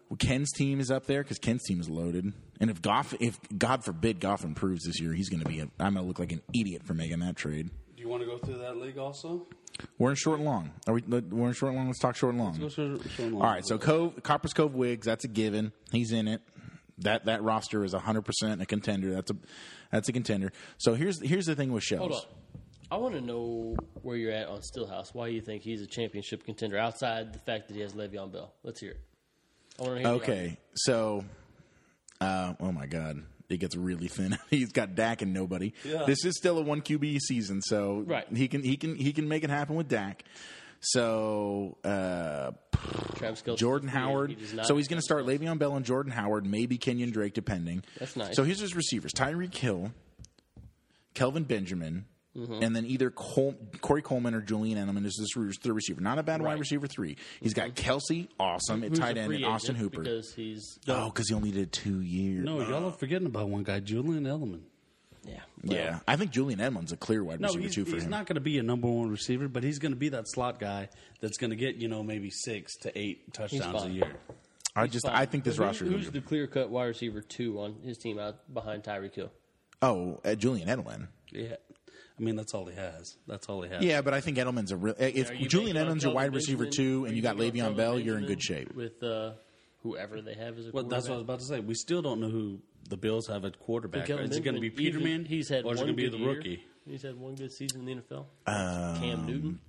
[SPEAKER 1] Well, Ken's team is up there because Ken's team is loaded. And if Goff, if God forbid Goff improves this year, he's going to be. A, I'm going to look like an idiot for making that trade.
[SPEAKER 2] Do you want to go through that league also?
[SPEAKER 1] We're in short and long. Are we? We're in short and long. Let's talk short and long.
[SPEAKER 2] Go short, short and long.
[SPEAKER 1] All right, so Cove, Copper's Cove Wigs, that's a given. He's in it. That that roster is 100 percent a contender. That's a that's a contender. So here's here's the thing with shells.
[SPEAKER 3] Hold on. I want to know where you're at on Stillhouse. Why you think he's a championship contender outside the fact that he has Le'Veon Bell? Let's hear it. I want to hear. the
[SPEAKER 1] Okay, so, uh, oh my God, it gets really thin. He's got Dak and nobody.
[SPEAKER 2] Yeah.
[SPEAKER 1] This is still a one QB season, so
[SPEAKER 3] Right.
[SPEAKER 1] he can he can he can make it happen with Dak. So uh,
[SPEAKER 3] argument. Travis Kelce.
[SPEAKER 1] Jordan
[SPEAKER 3] He- he
[SPEAKER 1] Howard.
[SPEAKER 3] does not-
[SPEAKER 1] so he's going to start Le'Veon Bell and Jordan Howard, maybe Kenyon Drake, depending.
[SPEAKER 3] That's nice.
[SPEAKER 1] So here's his receivers: Tyreek Hill, Kelvin Benjamin.
[SPEAKER 3] Mm-hmm.
[SPEAKER 1] And then either Col- Corey Coleman or Julian Edelman is this re- third receiver. Not a bad wide receiver three. He's got Kelsey, awesome, at
[SPEAKER 3] He's a
[SPEAKER 1] tight end,
[SPEAKER 3] Mm-hmm. free
[SPEAKER 1] and
[SPEAKER 3] agent
[SPEAKER 1] Austin Hooper.
[SPEAKER 3] because he's
[SPEAKER 1] Oh, because he only did two years.
[SPEAKER 2] No, y'all are forgetting about one guy, Julian Edelman.
[SPEAKER 3] Yeah.
[SPEAKER 1] yeah, I think Julian Edmonds a clear wide
[SPEAKER 2] No,
[SPEAKER 1] receiver
[SPEAKER 2] he's,
[SPEAKER 1] too for
[SPEAKER 2] he's
[SPEAKER 1] him.
[SPEAKER 2] not going to be a number one receiver, but he's going to be that slot guy that's going to get you know maybe six to eight touchdowns a
[SPEAKER 3] fine.
[SPEAKER 2] year.
[SPEAKER 1] I just I think this
[SPEAKER 3] Who-
[SPEAKER 1] roster. is
[SPEAKER 3] Who's the clear cut wide receiver two on his team out behind Tyreek Hill?
[SPEAKER 1] oh, uh, Julian Edelman.
[SPEAKER 2] Yeah, I mean that's all he has. That's all he has.
[SPEAKER 1] Yeah, but I think Edelman's a real. If
[SPEAKER 3] Are you
[SPEAKER 1] Julian
[SPEAKER 3] banking on
[SPEAKER 1] Edelman's your
[SPEAKER 3] Kelvin
[SPEAKER 1] wide receiver
[SPEAKER 3] Benjamin?
[SPEAKER 1] two,
[SPEAKER 3] Are
[SPEAKER 1] and you got
[SPEAKER 3] banking on
[SPEAKER 1] Le'Veon
[SPEAKER 3] Kelvin
[SPEAKER 1] Bell, you're in
[SPEAKER 3] Benjamin
[SPEAKER 1] good shape.
[SPEAKER 3] with uh, whoever they have as a
[SPEAKER 2] Well, that's what I was
[SPEAKER 3] quarterback?
[SPEAKER 2] about to say. We still don't know who the Bills have at quarterback.
[SPEAKER 3] Kelvin
[SPEAKER 2] Is it going to be
[SPEAKER 3] Benjamin, even-
[SPEAKER 2] Peterman?
[SPEAKER 3] He's had
[SPEAKER 2] or is it
[SPEAKER 3] one
[SPEAKER 2] going to be
[SPEAKER 3] good
[SPEAKER 2] the
[SPEAKER 3] year.
[SPEAKER 2] rookie?
[SPEAKER 3] He's had one good season in the NFL.
[SPEAKER 1] Um,
[SPEAKER 3] Cam Newton.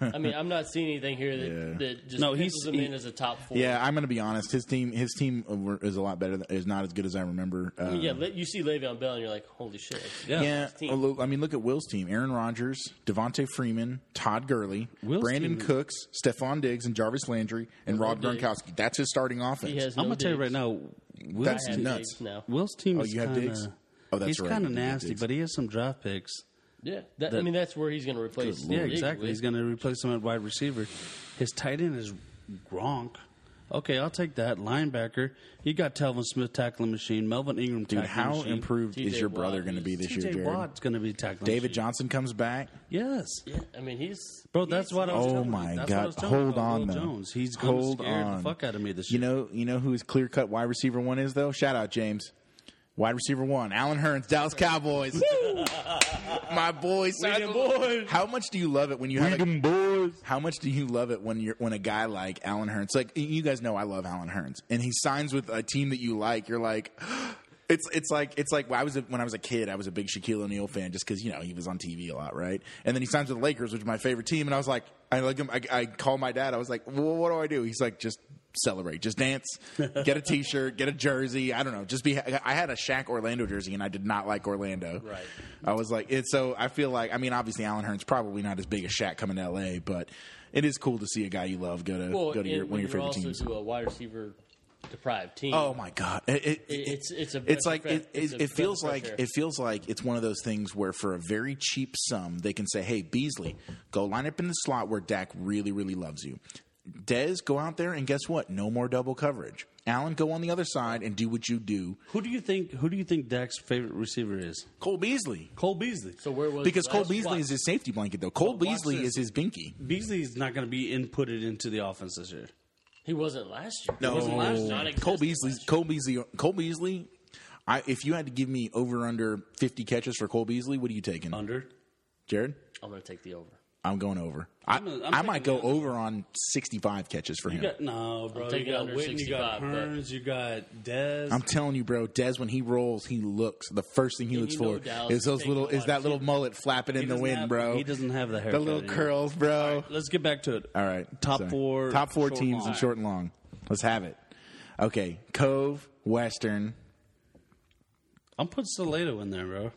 [SPEAKER 3] I mean, I'm not seeing anything here that,
[SPEAKER 1] Yeah.
[SPEAKER 3] that just
[SPEAKER 2] No,
[SPEAKER 3] no,
[SPEAKER 2] he's-
[SPEAKER 3] pencils him
[SPEAKER 2] he-
[SPEAKER 3] in as a top four.
[SPEAKER 1] Yeah, I'm going to be honest. His team, his team were- is a lot better. Than, is not as good as I remember. Uh,
[SPEAKER 3] I mean, yeah. let- You see Le'Veon Bell, and you're like, holy shit.
[SPEAKER 2] Yeah.
[SPEAKER 1] yeah.
[SPEAKER 3] team.
[SPEAKER 1] although- I mean, look at Will's team: Aaron Rodgers, Devontae Freeman, Todd Gurley,
[SPEAKER 2] Will's
[SPEAKER 1] Brandon
[SPEAKER 2] team-
[SPEAKER 1] Cooks, Stephon Diggs, and Jarvis Landry, and Rob
[SPEAKER 3] Diggs.
[SPEAKER 1] Gronkowski. That's his starting offense.
[SPEAKER 3] He has. No
[SPEAKER 2] I'm going to tell you
[SPEAKER 3] digs.
[SPEAKER 2] right now. Will's,
[SPEAKER 1] That's
[SPEAKER 3] I have
[SPEAKER 1] nuts.
[SPEAKER 3] digs now.
[SPEAKER 2] Will's team
[SPEAKER 1] Oh,
[SPEAKER 2] is
[SPEAKER 1] you have
[SPEAKER 2] kind
[SPEAKER 1] Diggs?
[SPEAKER 2] of.
[SPEAKER 1] Oh, that's
[SPEAKER 2] he's
[SPEAKER 1] right.
[SPEAKER 2] kind of
[SPEAKER 1] You have
[SPEAKER 2] nasty,
[SPEAKER 1] Diggs.
[SPEAKER 2] but he has some draft picks.
[SPEAKER 3] Yeah. That, I mean, that's where he's going to replace.
[SPEAKER 2] Yeah,
[SPEAKER 3] Diggs
[SPEAKER 2] exactly.
[SPEAKER 3] with.
[SPEAKER 2] He's going to replace him at wide receiver. His tight end is Gronk. Okay, I'll take that. Linebacker, you got Telvin Smith tackling machine, Melvin Ingram
[SPEAKER 1] Dude,
[SPEAKER 2] tackling
[SPEAKER 1] how
[SPEAKER 2] machine.
[SPEAKER 1] improved is
[SPEAKER 3] TJ
[SPEAKER 1] your brother
[SPEAKER 3] Watt
[SPEAKER 1] going to be
[SPEAKER 3] is-
[SPEAKER 1] this year,
[SPEAKER 2] TJ
[SPEAKER 1] Jared?
[SPEAKER 2] Watt's going to be tackling
[SPEAKER 1] David
[SPEAKER 2] machine.
[SPEAKER 1] Johnson comes back.
[SPEAKER 2] Yes,
[SPEAKER 3] Yeah, I mean, he's
[SPEAKER 2] bro. That's what I was.
[SPEAKER 1] Oh
[SPEAKER 2] telling you.
[SPEAKER 1] my
[SPEAKER 2] That's
[SPEAKER 1] God.
[SPEAKER 2] What I was telling you
[SPEAKER 1] Hold
[SPEAKER 2] about
[SPEAKER 1] on,
[SPEAKER 2] Will
[SPEAKER 1] though.
[SPEAKER 2] Jones. He's going to
[SPEAKER 1] Hold
[SPEAKER 2] scare
[SPEAKER 1] on.
[SPEAKER 2] the fuck out of me this
[SPEAKER 1] You
[SPEAKER 2] year.
[SPEAKER 1] know, you know who his clear cut wide receiver one is though. Shout out James, wide receiver one, Alan Hearns, Dallas Cowboys. Woo! My boy,
[SPEAKER 3] them boys.
[SPEAKER 1] How much do you love it when you have? A,
[SPEAKER 2] boys.
[SPEAKER 1] how much do you love it when you're when a guy like Alan Hearns, like you guys know, I love Alan Hearns, and he signs with a team that you like. You're like. It's it's like it's like when I was a, when I was a kid, I was a big Shaquille O'Neal fan just because you know he was on TV a lot, right? And then he signs with the Lakers, which is my favorite team, and I was like, I like him. I, I call my dad. I was like, well, what do I do? He's like, just celebrate, just dance, get a T-shirt, get a jersey. I don't know, just be. I had a Shaq Orlando jersey, and I did not like Orlando.
[SPEAKER 3] Right.
[SPEAKER 1] I was like, it's so I feel like I mean, obviously Alan Hearn's probably not as big as Shaq coming to L.A., but it is cool to see a guy you love go to
[SPEAKER 3] well,
[SPEAKER 1] go to your,
[SPEAKER 3] and
[SPEAKER 1] one of your favorite
[SPEAKER 3] you're also
[SPEAKER 1] teams.
[SPEAKER 3] to a wide receiver deprived team.
[SPEAKER 1] Oh my god! It, it,
[SPEAKER 3] it's- it's a-
[SPEAKER 1] it's like
[SPEAKER 3] it's a
[SPEAKER 1] it,
[SPEAKER 3] breath- it's
[SPEAKER 1] it,
[SPEAKER 3] a
[SPEAKER 1] it feels
[SPEAKER 3] breath of
[SPEAKER 1] like
[SPEAKER 3] fresh air.
[SPEAKER 1] it feels like it's one of those things where for a very cheap sum they can say, "Hey Beasley, go line up in the slot where Dak really really loves you." Dez, go out there and guess what? No more double coverage. Allen, go on the other side and do what you do.
[SPEAKER 2] Who do you think? Who do you think Dak's favorite receiver is?
[SPEAKER 1] Cole Beasley,
[SPEAKER 2] Cole Beasley.
[SPEAKER 3] So where was
[SPEAKER 1] because
[SPEAKER 3] last-
[SPEAKER 1] Cole Beasley
[SPEAKER 3] Watch.
[SPEAKER 1] is his safety blanket though. Cole
[SPEAKER 2] watch
[SPEAKER 1] Beasley
[SPEAKER 2] this.
[SPEAKER 1] is his binky.
[SPEAKER 2] Beasley's not going to be inputted into the offense this year.
[SPEAKER 3] he wasn't last year.
[SPEAKER 1] No,
[SPEAKER 3] he wasn't last year. Non-existent
[SPEAKER 1] Cole
[SPEAKER 3] last
[SPEAKER 1] Beasley.
[SPEAKER 3] year.
[SPEAKER 1] Cole Beasley. Cole Beasley. I, if you had to give me over under fifty catches for Cole Beasley, what are you taking,
[SPEAKER 2] Under.
[SPEAKER 1] Jared?
[SPEAKER 3] I'm going to take the over.
[SPEAKER 1] I'm going over. I,
[SPEAKER 2] I'm gonna- I'm
[SPEAKER 1] I might go
[SPEAKER 2] taking the
[SPEAKER 1] over on 65 catches for him.
[SPEAKER 2] You got, no, bro. You
[SPEAKER 3] taking
[SPEAKER 2] got
[SPEAKER 3] under
[SPEAKER 2] Witten. You got
[SPEAKER 3] 65, but-
[SPEAKER 2] Hearns. You got Dez.
[SPEAKER 1] I'm telling you, bro. Des, when he rolls, he looks. The first thing he looks
[SPEAKER 3] you know
[SPEAKER 1] for
[SPEAKER 3] Dallas
[SPEAKER 1] is
[SPEAKER 3] is
[SPEAKER 1] those
[SPEAKER 3] taking
[SPEAKER 1] little,
[SPEAKER 3] the
[SPEAKER 1] is that
[SPEAKER 3] wide
[SPEAKER 1] little mullet flapping in the
[SPEAKER 2] doesn't
[SPEAKER 1] wind,
[SPEAKER 2] have-
[SPEAKER 1] bro.
[SPEAKER 2] He doesn't have the hair.
[SPEAKER 1] the little curls, bro.
[SPEAKER 2] Let's get back to it.
[SPEAKER 1] All right,
[SPEAKER 2] Top
[SPEAKER 1] Sorry.
[SPEAKER 2] four.
[SPEAKER 1] top four
[SPEAKER 2] short
[SPEAKER 1] teams
[SPEAKER 2] line.
[SPEAKER 1] in short and long. Let's have it. Okay, Cove, Western.
[SPEAKER 2] I'm putting Salado in there, bro.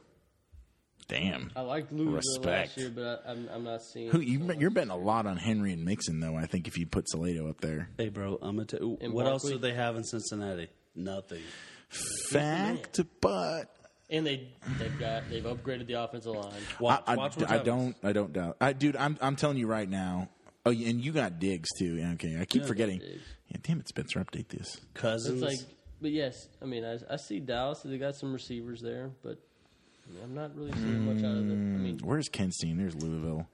[SPEAKER 1] Damn,
[SPEAKER 3] I liked Louisville
[SPEAKER 1] Respect.
[SPEAKER 3] last year, but I, I'm, I'm not seeing.
[SPEAKER 1] Who you, you're betting a lot on Henry and Mixon, though. I think if you put Salado up there,
[SPEAKER 2] Hey, bro. I'm gonna. tell what
[SPEAKER 3] And
[SPEAKER 2] else
[SPEAKER 3] Barkley?
[SPEAKER 2] do they have in Cincinnati? Nothing.
[SPEAKER 1] fact, but
[SPEAKER 3] and they they've got they've upgraded the offensive line.
[SPEAKER 2] Watch,
[SPEAKER 1] I, I-
[SPEAKER 2] watch what's
[SPEAKER 1] I
[SPEAKER 2] happening.
[SPEAKER 1] don't. I don't doubt. I dude. I'm. I'm telling you right now. Oh, yeah, and you got digs too. Yeah, Okay, I keep forgetting. Yeah, damn it, Spencer, update this.
[SPEAKER 2] Cousins.
[SPEAKER 3] It's like, but yes, I mean, I, I see Dallas. They got some receivers there, but I mean, I'm not really seeing much out of them. I mean,
[SPEAKER 1] Where's Ken's team? There's Louisville.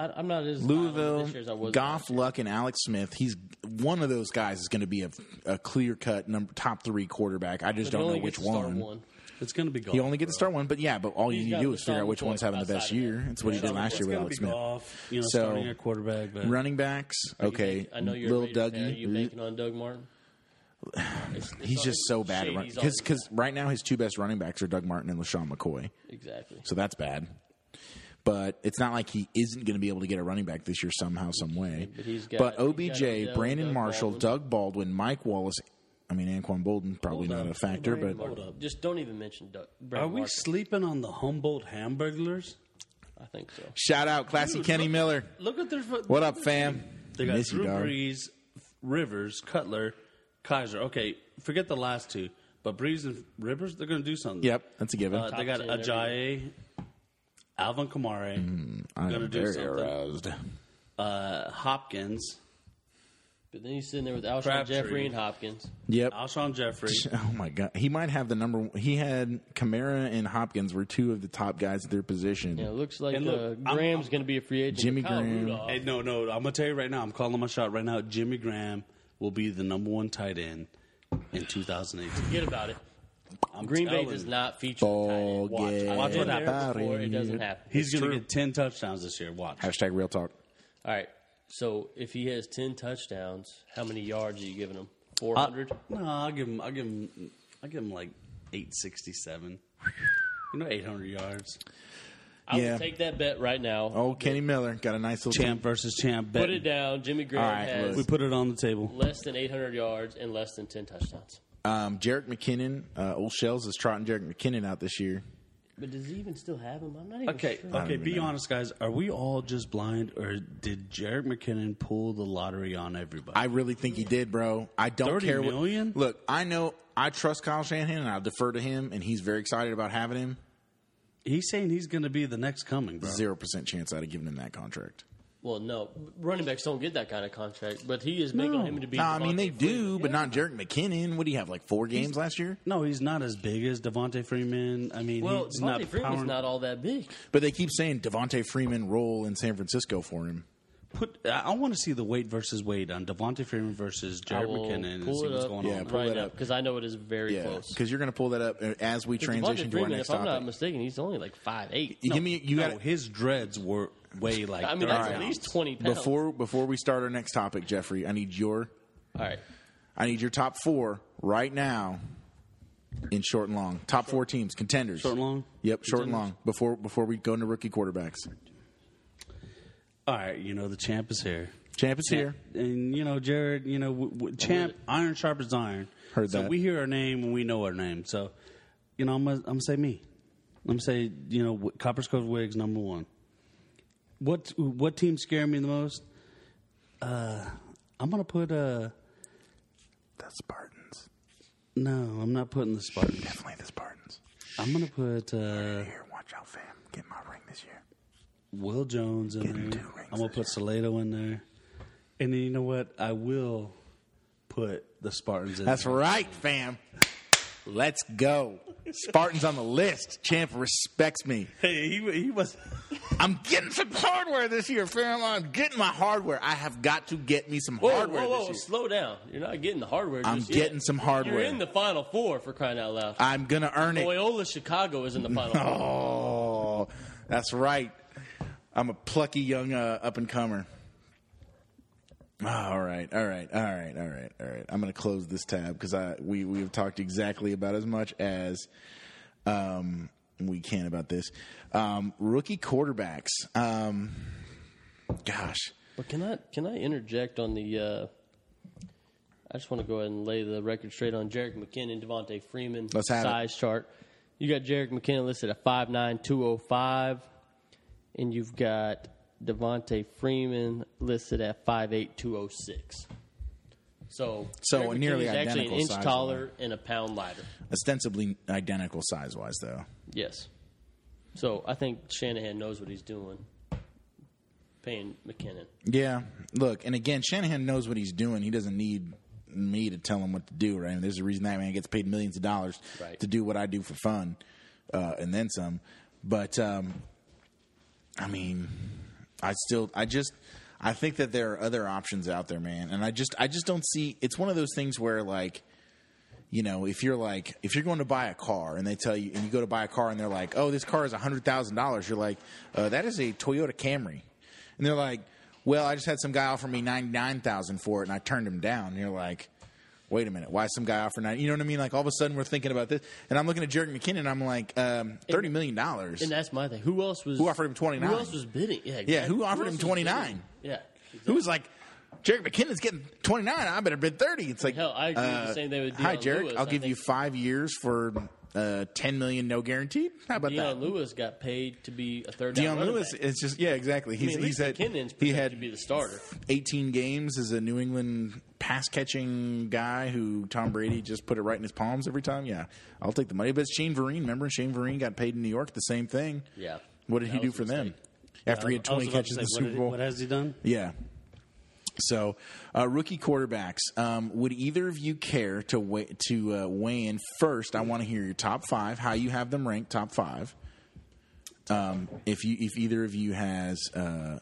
[SPEAKER 3] I, I'm not as
[SPEAKER 1] Louisville,
[SPEAKER 3] this year as I was
[SPEAKER 1] Goff, Luck, and Alex Smith. He's one of those guys is going to be a, a clear cut number top three quarterback. I just
[SPEAKER 3] But
[SPEAKER 1] don't
[SPEAKER 3] he
[SPEAKER 1] know
[SPEAKER 3] only
[SPEAKER 1] which
[SPEAKER 3] gets to start
[SPEAKER 1] one.
[SPEAKER 2] it's gonna be golf.
[SPEAKER 1] You only get to start one, but yeah, but all
[SPEAKER 3] He's
[SPEAKER 1] you
[SPEAKER 3] got
[SPEAKER 1] do
[SPEAKER 3] the
[SPEAKER 1] is figure out
[SPEAKER 3] solid
[SPEAKER 1] which one's
[SPEAKER 3] points
[SPEAKER 1] having the best
[SPEAKER 3] outside of it.
[SPEAKER 1] year. It's what he
[SPEAKER 2] It's
[SPEAKER 1] did last year with
[SPEAKER 2] gonna be
[SPEAKER 1] Alex Smith.
[SPEAKER 2] golf. You know,
[SPEAKER 1] So-
[SPEAKER 2] starting at quarterback. But
[SPEAKER 1] Running backs, okay.
[SPEAKER 3] I know you're
[SPEAKER 1] Little
[SPEAKER 3] a Raider fan. Are
[SPEAKER 1] Dougie,
[SPEAKER 3] you banking on Doug Martin? It's- it's
[SPEAKER 1] He's
[SPEAKER 3] all-
[SPEAKER 1] just so bad at
[SPEAKER 3] Shady's
[SPEAKER 1] running
[SPEAKER 3] all
[SPEAKER 1] because
[SPEAKER 3] he's
[SPEAKER 1] right now his two best running backs are Doug Martin and LaShawn McCoy,
[SPEAKER 3] got. exactly.
[SPEAKER 1] so that's bad. But it's not like he isn't going to be able to get a running back this year somehow, some way.
[SPEAKER 3] But he's got-
[SPEAKER 1] But
[SPEAKER 3] he's got
[SPEAKER 1] OBJ,
[SPEAKER 3] Odell,
[SPEAKER 1] Brandon
[SPEAKER 3] Doug
[SPEAKER 1] Marshall,
[SPEAKER 3] Baldwin.
[SPEAKER 1] Doug Baldwin, Mike Wallace. I mean Anquan Bolden probably
[SPEAKER 2] Hold
[SPEAKER 1] not
[SPEAKER 2] on.
[SPEAKER 1] a factor,
[SPEAKER 2] Brandon
[SPEAKER 1] but
[SPEAKER 2] Hold up.
[SPEAKER 3] Just don't even mention Doug.
[SPEAKER 2] are
[SPEAKER 3] Brandon
[SPEAKER 2] we
[SPEAKER 3] Marshall.
[SPEAKER 2] sleeping on the Humboldt Hamburglers?
[SPEAKER 3] I think so.
[SPEAKER 1] shout out classy Kenny Miller.
[SPEAKER 2] Look at their.
[SPEAKER 1] What up, fam?
[SPEAKER 2] They got
[SPEAKER 1] Miss you,
[SPEAKER 2] Drew
[SPEAKER 1] dog.
[SPEAKER 2] Brees, Rivers, Cutler, Kaiser. Okay, forget the last two, but Brees and Rivers, they're going to do something.
[SPEAKER 1] Yep, that's a given.
[SPEAKER 2] Uh, they got
[SPEAKER 3] Top ten every
[SPEAKER 2] Ajayi, uh, Alvin Kamara,
[SPEAKER 1] I'm
[SPEAKER 2] gonna do
[SPEAKER 1] very
[SPEAKER 2] something.
[SPEAKER 1] aroused.
[SPEAKER 2] uh, Hopkins.
[SPEAKER 3] But then he's sitting there with Alshon
[SPEAKER 2] Crabtree.
[SPEAKER 3] Jeffrey and Hopkins.
[SPEAKER 1] Yep.
[SPEAKER 2] Alshon Jeffrey.
[SPEAKER 1] Oh my god, he might have the number. He had Kamara and Hopkins were two of the top guys at their position.
[SPEAKER 3] Yeah, it looks like
[SPEAKER 2] And look,
[SPEAKER 3] uh,
[SPEAKER 2] I'm-
[SPEAKER 3] Graham's going to be a free agent.
[SPEAKER 1] Jimmy
[SPEAKER 3] Kyle
[SPEAKER 1] Graham.
[SPEAKER 3] Rudolph.
[SPEAKER 2] Hey, no, no. I'm gonna tell you right now. I'm calling my shot right now. Jimmy Graham will be the number one tight end in 2018.
[SPEAKER 3] Forget about it.
[SPEAKER 2] I'm
[SPEAKER 3] Green Bay
[SPEAKER 2] telling
[SPEAKER 3] does
[SPEAKER 2] you.
[SPEAKER 3] not feature the tight end.
[SPEAKER 1] Forget
[SPEAKER 3] I've
[SPEAKER 2] Watch
[SPEAKER 3] been
[SPEAKER 2] what
[SPEAKER 3] there
[SPEAKER 1] about
[SPEAKER 3] before. It doesn't
[SPEAKER 1] it.
[SPEAKER 3] happen.
[SPEAKER 2] He's gonna get 10 touchdowns this year. Watch.
[SPEAKER 1] Hashtag real talk.
[SPEAKER 3] All right. So if he has ten touchdowns, how many yards are you giving him?
[SPEAKER 1] Uh,
[SPEAKER 3] Four
[SPEAKER 2] I-
[SPEAKER 3] hundred.
[SPEAKER 2] Uh, No, I'll give him. I'll give him. I'll give him like 867. You know, 800 yards.
[SPEAKER 3] I
[SPEAKER 1] Yeah.
[SPEAKER 3] will take that bet right now.
[SPEAKER 1] Oh, Kenny Miller got a nice little
[SPEAKER 2] Champ versus champ. Bet.
[SPEAKER 3] Put it down. Jimmy Graham
[SPEAKER 1] All right,
[SPEAKER 3] has
[SPEAKER 2] We
[SPEAKER 1] look.
[SPEAKER 2] put it on the table.
[SPEAKER 3] less than eight hundred yards and less than ten touchdowns.
[SPEAKER 1] Um, Jarek McKinnon, uh, old shells is trotting Jarek McKinnon out this year.
[SPEAKER 3] But does he even still have him? I'm not even
[SPEAKER 2] Okay,
[SPEAKER 3] sure.
[SPEAKER 2] okay.
[SPEAKER 1] even
[SPEAKER 2] Be
[SPEAKER 1] know.
[SPEAKER 2] honest, guys. Are we all just blind, or did Jared McKinnon pull the lottery on everybody?
[SPEAKER 1] I really think he did, bro. I don't
[SPEAKER 2] 30
[SPEAKER 1] care.
[SPEAKER 2] million?
[SPEAKER 1] What, look, I know I trust Kyle Shanahan, and I defer to him, and he's very excited about having him.
[SPEAKER 2] he's saying he's going to be the next coming, bro.
[SPEAKER 1] Zero percent chance I'd have given him that contract.
[SPEAKER 3] Well, no, running backs don't get that kind of contract. But he is big
[SPEAKER 2] No.
[SPEAKER 3] on him to be.
[SPEAKER 1] No, I mean
[SPEAKER 3] Devontae
[SPEAKER 1] they do,
[SPEAKER 3] Freeman.
[SPEAKER 1] but not Jarek McKinnon. What do you have? Like four games last year,
[SPEAKER 2] No, he's not as big as Devontae Freeman. I mean,
[SPEAKER 3] Well,
[SPEAKER 2] he's
[SPEAKER 3] Devontae
[SPEAKER 2] not
[SPEAKER 3] Freeman's
[SPEAKER 2] powering-
[SPEAKER 3] not all that big.
[SPEAKER 1] but they keep saying Devontae Freeman role in San Francisco for him.
[SPEAKER 2] Put, I, I want to see the weight versus weight on Devontae Freeman versus
[SPEAKER 3] I
[SPEAKER 2] Jared
[SPEAKER 3] will
[SPEAKER 2] McKinnon and
[SPEAKER 3] pull
[SPEAKER 2] see
[SPEAKER 3] it
[SPEAKER 2] what's
[SPEAKER 3] up
[SPEAKER 2] going
[SPEAKER 1] Yeah,
[SPEAKER 2] on.
[SPEAKER 1] pull
[SPEAKER 3] right
[SPEAKER 1] it
[SPEAKER 3] now
[SPEAKER 1] up.
[SPEAKER 3] because I know it is very
[SPEAKER 1] Yeah,
[SPEAKER 3] close.
[SPEAKER 1] because you're going to pull that up uh, as we transition
[SPEAKER 3] Devontae
[SPEAKER 1] to our
[SPEAKER 3] Freeman,
[SPEAKER 1] next
[SPEAKER 3] if I'm not
[SPEAKER 1] topic.
[SPEAKER 3] mistaken, he's only like five eight.
[SPEAKER 1] Give me you
[SPEAKER 2] no,
[SPEAKER 1] got
[SPEAKER 2] his dreads were way like.
[SPEAKER 3] I mean,
[SPEAKER 2] 30
[SPEAKER 3] that's at
[SPEAKER 2] pounds.
[SPEAKER 3] least twenty pounds.
[SPEAKER 1] before before we start our next topic, Jeffrey. I need your
[SPEAKER 3] all right,
[SPEAKER 1] I need your top four right now in short and long. Top four teams, contenders.
[SPEAKER 2] Short and long?
[SPEAKER 1] Yep, short and
[SPEAKER 2] Contenders?
[SPEAKER 1] long. Before before we go into rookie quarterbacks.
[SPEAKER 2] All right, you know the champ is here.
[SPEAKER 1] Champ is here.
[SPEAKER 2] And you know, Jared, you know, w- w- champ, iron sharpens iron.
[SPEAKER 1] Heard
[SPEAKER 2] so
[SPEAKER 1] that.
[SPEAKER 2] We hear our name and we know our name. So, you know, I'm gonna, I'm gonna say me. I'm gonna say, you know, w- Copper's Code Wigs number one. What what team scare me the most? Uh, I'm gonna put uh
[SPEAKER 1] The Spartans.
[SPEAKER 2] no, I'm not putting the Spartans.
[SPEAKER 1] Definitely the Spartans.
[SPEAKER 2] I'm gonna put uh
[SPEAKER 1] Here, watch out, fam. Get my ring this year.
[SPEAKER 2] Will Jones in
[SPEAKER 1] Getting
[SPEAKER 2] there.
[SPEAKER 1] two rings
[SPEAKER 2] I'm gonna
[SPEAKER 1] this
[SPEAKER 2] put Salado in there. And then you know what? I will put the Spartans in
[SPEAKER 1] That's
[SPEAKER 2] there.
[SPEAKER 1] right, fam. Let's go. Spartans on the list. Champ respects me.
[SPEAKER 2] Hey, he he was
[SPEAKER 1] I'm getting some hardware this year, fam. I'm getting my hardware. I have got to get me some
[SPEAKER 3] whoa,
[SPEAKER 1] hardware
[SPEAKER 3] whoa, whoa,
[SPEAKER 1] this year.
[SPEAKER 3] slow down. You're not getting the hardware.
[SPEAKER 1] I'm
[SPEAKER 3] just
[SPEAKER 1] getting
[SPEAKER 3] yet.
[SPEAKER 1] some hardware.
[SPEAKER 3] You're in the final four for crying out loud.
[SPEAKER 1] I'm gonna earn it.
[SPEAKER 3] Loyola Chicago is in the final. four.
[SPEAKER 1] Oh, that's right. I'm a plucky young uh, up and comer. All right, all right, all right, all right, all right. I'm going to close this tab because I we we have talked exactly about as much as um, we can about this. Um, rookie quarterbacks. Um, gosh,
[SPEAKER 3] But can I can I interject on the? Uh, I just want to go ahead and lay the record straight on Jarek McKinnon, Devontae Freeman
[SPEAKER 1] Let's have it.
[SPEAKER 3] size chart. You got Jarek McKinnon listed at 5'9", 205, and you've got Devontae Freeman listed at 5'8", 206. So,
[SPEAKER 1] So
[SPEAKER 3] Jarek
[SPEAKER 1] nearly
[SPEAKER 3] McKinnon's actually an
[SPEAKER 1] identical
[SPEAKER 3] inch
[SPEAKER 1] size
[SPEAKER 3] taller and a pound lighter.
[SPEAKER 1] ostensibly identical size wise though.
[SPEAKER 3] Yes. So I think Shanahan knows what he's doing, paying McKinnon.
[SPEAKER 1] Yeah. Look, and again, Shanahan knows what he's doing. He doesn't need me to tell him what to do, right? And there's a reason that man gets paid millions of dollars
[SPEAKER 3] Right.
[SPEAKER 1] to do what I do for fun, uh, and then some. But um, I mean, I still, I just, I think that there are other options out there, man. And I just, I just don't see. It's one of those things where, like, you know, if you're like, if you're going to buy a car and they tell you, and you go to buy a car and they're like, oh, this car is hundred thousand dollars, you're like, uh, that is a Toyota Camry, and they're like, well, I just had some guy offer me ninety nine thousand for it, and I turned him down. And you're like. Wait a minute. Why is some guy offer nine? You know what I mean? Like all of a sudden we're thinking about this, and I'm looking at Jerry McKinnon. And I'm like, um, thirty million dollars.
[SPEAKER 3] And that's my thing. Who else was
[SPEAKER 1] Who offered him 29?
[SPEAKER 3] Who else was bidding? Yeah,
[SPEAKER 1] Yeah, who
[SPEAKER 3] exactly.
[SPEAKER 1] offered
[SPEAKER 3] else
[SPEAKER 1] him
[SPEAKER 3] was
[SPEAKER 1] 29?
[SPEAKER 3] bidding? Yeah.
[SPEAKER 1] Who was like, Jarek McKinnon's getting 29. I better bid 30. It's like, uh,
[SPEAKER 3] Hell, I agree with the same thing with
[SPEAKER 1] Hi,
[SPEAKER 3] Deion
[SPEAKER 1] Jarek.
[SPEAKER 3] Lewis.
[SPEAKER 1] I'll
[SPEAKER 3] I
[SPEAKER 1] give you
[SPEAKER 3] think-
[SPEAKER 1] five years for uh, 10 million, no guaranteed. How about
[SPEAKER 3] Deion
[SPEAKER 1] that?
[SPEAKER 3] Lewis got paid to be a third down
[SPEAKER 1] Deion
[SPEAKER 3] running
[SPEAKER 1] Lewis
[SPEAKER 3] back.
[SPEAKER 1] is just yeah, exactly.
[SPEAKER 3] I
[SPEAKER 1] He's
[SPEAKER 3] mean, at
[SPEAKER 1] he's
[SPEAKER 3] least
[SPEAKER 1] at
[SPEAKER 3] McKinnon's
[SPEAKER 1] he
[SPEAKER 3] projected to
[SPEAKER 1] had
[SPEAKER 3] be the starter.
[SPEAKER 1] 18 games as a New England pass catching guy who Tom Brady just put it right in his palms every time. Yeah, I'll take the money. But it's Shane Vereen, remember Shane Vereen got paid in New York the same thing.
[SPEAKER 3] Yeah.
[SPEAKER 1] What did he
[SPEAKER 3] That
[SPEAKER 1] do
[SPEAKER 3] was a
[SPEAKER 1] for them?
[SPEAKER 3] mistake.
[SPEAKER 1] After he had
[SPEAKER 2] I
[SPEAKER 1] 20
[SPEAKER 2] was about to
[SPEAKER 1] catches in the
[SPEAKER 2] say, what
[SPEAKER 1] Super
[SPEAKER 2] did-
[SPEAKER 1] Bowl.
[SPEAKER 2] What has he done?
[SPEAKER 1] Yeah. So, uh, rookie quarterbacks. Um, would either of you care to weigh, to uh, weigh in first? I want to hear your top five, how you have them ranked, top five. Um, if you if either of you has uh,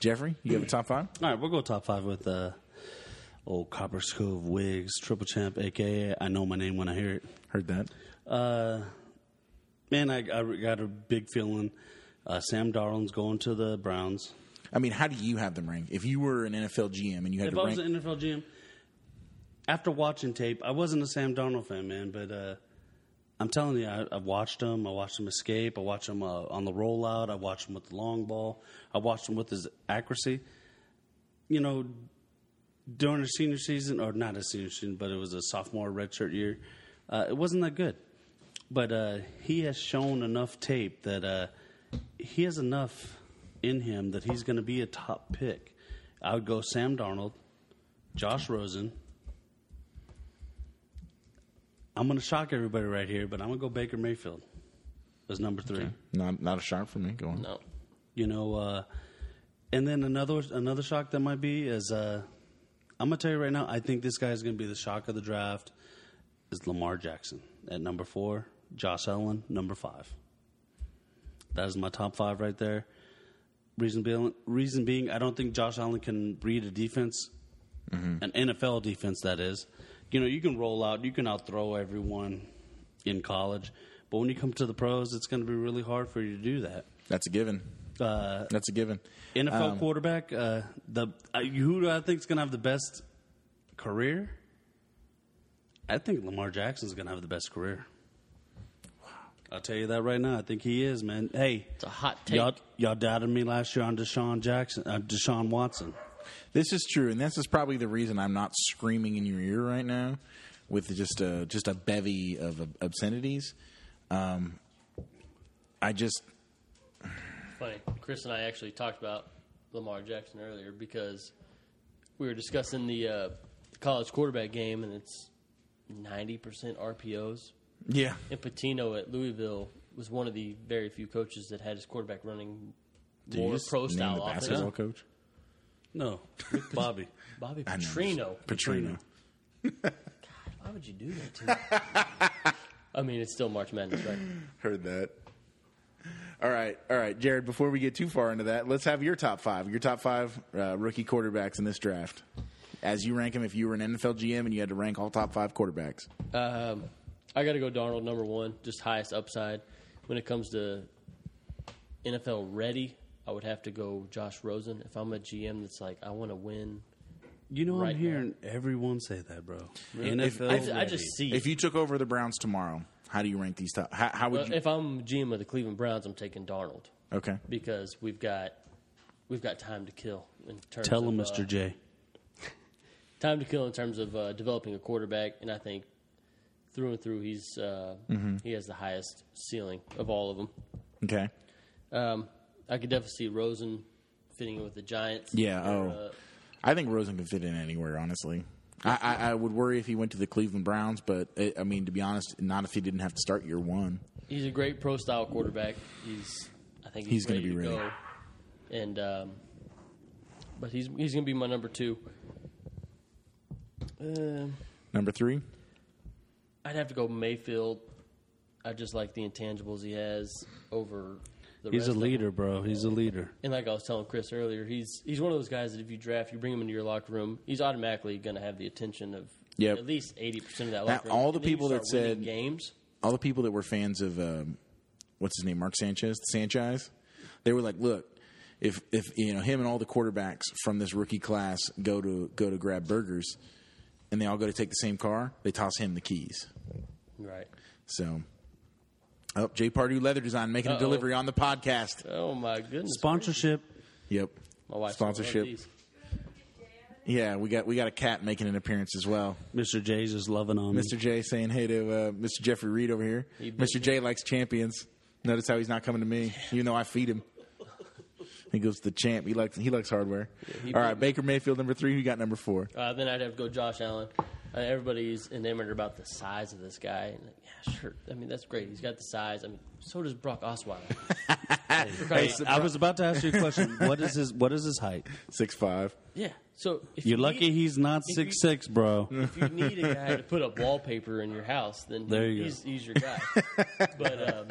[SPEAKER 1] Jeffrey, you have a top five.
[SPEAKER 2] All right, we'll go top five with uh, old Copper Cove Wigs, Triple Champ, aka I know my name when I hear it.
[SPEAKER 1] Heard that.
[SPEAKER 2] Uh, man, I, I got a big feeling. Uh, Sam Darnold's going to the Browns.
[SPEAKER 1] I mean, how do you have them ranked? If you were an NFL GM and you had
[SPEAKER 2] If
[SPEAKER 1] to
[SPEAKER 2] I
[SPEAKER 1] rank,
[SPEAKER 2] was an NFL GM, after watching tape, I wasn't a Sam Darnold fan, man, but uh, I'm telling you, I, I watched him. I watched him escape. I watched him uh, on the rollout. I watched him with the long ball. I watched him with his accuracy. You know, during his senior season, or not his senior season, but it was a sophomore redshirt year, uh, it wasn't that good. But uh, he has shown enough tape that uh, he has enough in him that he's going to be a top pick. I would go Sam Darnold, Josh Rosen. I'm going to shock everybody right here, but I'm going to go Baker Mayfield as number three.
[SPEAKER 1] not not a shot for me. Go on.
[SPEAKER 3] No.
[SPEAKER 2] You know, uh, and then another another shock that might be is uh, I'm gonna tell you right now. I think this guy is gonna be the shock of the draft. Is Lamar Jackson at number four? Josh Allen number five. That is my top five right there. Reason being, reason being, I don't think Josh Allen can read a defense, an NFL defense. That is, you know, you can roll out, you can outthrow everyone in college, but when you come to the pros, it's going to be really hard for you to do that.
[SPEAKER 1] That's a given.
[SPEAKER 2] Uh,
[SPEAKER 1] That's a given.
[SPEAKER 2] NFL
[SPEAKER 3] Um,
[SPEAKER 2] quarterback. Uh, the uh, who do I think is going to have the best career? I think Lamar Jackson's going to have the best career. I'll tell you that right now. I think he is, man. Hey,
[SPEAKER 3] It's a hot take.
[SPEAKER 2] y'all, y'all doubted me last year on Deshaun Jackson, uh, Deshaun Watson.
[SPEAKER 1] This is true, and this is probably the reason I'm not screaming in your ear right now with just a just a bevy of ob- obscenities. Um, I just
[SPEAKER 3] Funny. Chris and I actually talked about Lamar Jackson earlier because we were discussing the uh, college quarterback game, and it's 90% RPOs.
[SPEAKER 1] yeah
[SPEAKER 3] And Patino at Louisville was one of the very few coaches that had his quarterback running
[SPEAKER 1] Did you
[SPEAKER 3] more
[SPEAKER 1] just
[SPEAKER 3] pro
[SPEAKER 1] name
[SPEAKER 3] style
[SPEAKER 1] the
[SPEAKER 3] offense.
[SPEAKER 1] basketball coach.
[SPEAKER 2] No, Bobby.
[SPEAKER 3] Bobby
[SPEAKER 1] I know. Petrino.
[SPEAKER 3] Petrino. Why would you do that to me? I mean, it's still March Madness, right?
[SPEAKER 1] Heard that. All right, all right, Jared. Before we get too far into that, let's have your top five. Your top five uh, rookie quarterbacks in this draft, as you rank them. If you were an NFL GM and you had to rank all top five quarterbacks,
[SPEAKER 3] Um, I got to go Darnold number one, just highest upside. When it comes to NFL ready, I would have to go Josh Rosen. If I'm a GM that's like, I want to win,
[SPEAKER 2] You know
[SPEAKER 3] Right
[SPEAKER 2] I'm
[SPEAKER 3] now.
[SPEAKER 2] hearing everyone say that, bro. NFL.
[SPEAKER 3] I, I
[SPEAKER 2] ready.
[SPEAKER 3] just see.
[SPEAKER 1] if you took over the Browns tomorrow, how do you rank these top? How, how would
[SPEAKER 3] Well,
[SPEAKER 1] you?
[SPEAKER 3] Uh, if I'm GM of the Cleveland Browns, I'm taking Darnold
[SPEAKER 1] okay,
[SPEAKER 3] because we've got we've got time to kill in terms
[SPEAKER 2] tell
[SPEAKER 3] of
[SPEAKER 2] him,
[SPEAKER 3] uh,
[SPEAKER 2] Mr. J.
[SPEAKER 3] time to kill in terms of uh, developing a quarterback, and I think through and through he's uh,
[SPEAKER 1] Mm-hmm.
[SPEAKER 3] he has the highest ceiling of all of them.
[SPEAKER 1] okay.
[SPEAKER 3] Um, I could definitely see Rosen fitting in with the Giants. uh,
[SPEAKER 1] Yeah.
[SPEAKER 3] Or,
[SPEAKER 1] Oh, I think Rosen can fit in anywhere. Honestly, I, I, I would worry if he went to the Cleveland Browns, but eh, I mean, to be honest, not if he didn't have to start year one.
[SPEAKER 3] He's a great pro style quarterback. He's I think
[SPEAKER 1] He's
[SPEAKER 3] he's,
[SPEAKER 1] gonna
[SPEAKER 3] ready
[SPEAKER 1] be
[SPEAKER 3] to
[SPEAKER 1] ready.
[SPEAKER 3] go. And um, but he's he's gonna be my number two. Um
[SPEAKER 1] Number three,
[SPEAKER 3] I'd have to go Mayfield. I just like the intangibles he has over. the
[SPEAKER 2] He's
[SPEAKER 3] rest
[SPEAKER 2] a
[SPEAKER 3] of them.
[SPEAKER 2] leader, bro. He's a leader.
[SPEAKER 3] And like I was telling Chris earlier, he's he's one of those guys that if you draft, you bring him into your locker room, he's automatically going to have the attention of
[SPEAKER 1] Yep.
[SPEAKER 3] at least eighty percent of that
[SPEAKER 1] Now,
[SPEAKER 3] locker room.
[SPEAKER 1] all the
[SPEAKER 3] And then you
[SPEAKER 1] people that
[SPEAKER 3] start winning
[SPEAKER 1] said-
[SPEAKER 3] games,
[SPEAKER 1] all the people that were fans of um, what's his name, Mark Sanchez, Sanchez, they were like, look. If, if you know him and all the quarterbacks from this rookie class go to go to grab burgers, and they all go to take the same car, they toss him the keys.
[SPEAKER 3] right?
[SPEAKER 1] So, oh, J. Pardue Leather Design making a
[SPEAKER 3] Uh-oh.
[SPEAKER 1] delivery on the podcast.
[SPEAKER 3] Oh my goodness!
[SPEAKER 2] Sponsorship.
[SPEAKER 1] Yep.
[SPEAKER 3] My wife's gonna love
[SPEAKER 1] sponsorship.
[SPEAKER 3] these.
[SPEAKER 1] Yeah, we got we got a cat making an appearance as well.
[SPEAKER 2] Mr. J's is loving on me.
[SPEAKER 1] Mr. J saying hey to uh, Mr. Jeffrey Reed over here.
[SPEAKER 3] He bit
[SPEAKER 1] Mr. J likes champions. Notice how he's not coming to me, even though I feed him. He goes to the champ. He likes he likes hardware.
[SPEAKER 3] he
[SPEAKER 1] All right,
[SPEAKER 3] bit me.
[SPEAKER 1] Baker Mayfield number three. Who you got number four?
[SPEAKER 3] Uh, then I'd have to go Josh Allen. Uh, everybody's enamored about the size of this guy. And like, yeah, sure. I mean, that's great. He's got the size. I mean, so does Brock Osweiler. Hey, for
[SPEAKER 2] Hey,
[SPEAKER 3] Christ's-
[SPEAKER 2] I was about to ask you a question. what is his What is his height?
[SPEAKER 1] Six five.
[SPEAKER 3] yeah. So if
[SPEAKER 2] You're
[SPEAKER 3] you
[SPEAKER 2] lucky
[SPEAKER 3] need-
[SPEAKER 2] he's not
[SPEAKER 3] if
[SPEAKER 2] six
[SPEAKER 3] you-
[SPEAKER 2] six, bro.
[SPEAKER 3] If you need a guy to put up wallpaper in your house, then
[SPEAKER 2] There you
[SPEAKER 3] he's,
[SPEAKER 2] go.
[SPEAKER 3] he's your guy. but um,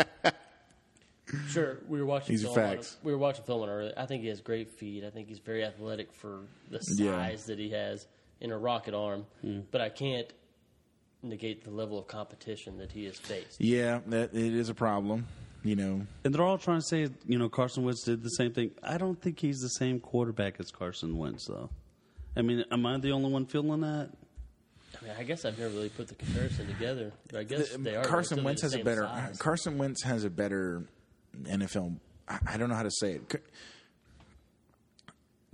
[SPEAKER 3] sure, we were watching.
[SPEAKER 1] These are
[SPEAKER 3] film on
[SPEAKER 1] facts.
[SPEAKER 3] him. We were watching film on him earlier. I think he has great feet. I think he's very athletic for the size
[SPEAKER 1] Yeah. Hmm.
[SPEAKER 3] that he has in a rocket arm. But I can't negate the level of competition that he has faced.
[SPEAKER 1] Yeah, that it is a problem. You know,
[SPEAKER 2] And they're all trying to say, you know, Carson Wentz did the same thing. I don't think he's the same quarterback as Carson Wentz, though. I mean, am I the only one feeling that?
[SPEAKER 3] I mean, I guess I've never really put the comparison together. But I guess
[SPEAKER 1] The-
[SPEAKER 3] they are
[SPEAKER 1] Um, Carson
[SPEAKER 3] relatively
[SPEAKER 1] Wentz
[SPEAKER 3] the
[SPEAKER 1] has a
[SPEAKER 3] same
[SPEAKER 1] better
[SPEAKER 3] size.
[SPEAKER 1] Carson Wentz has a better NFL. I, I don't know how to say it. Car-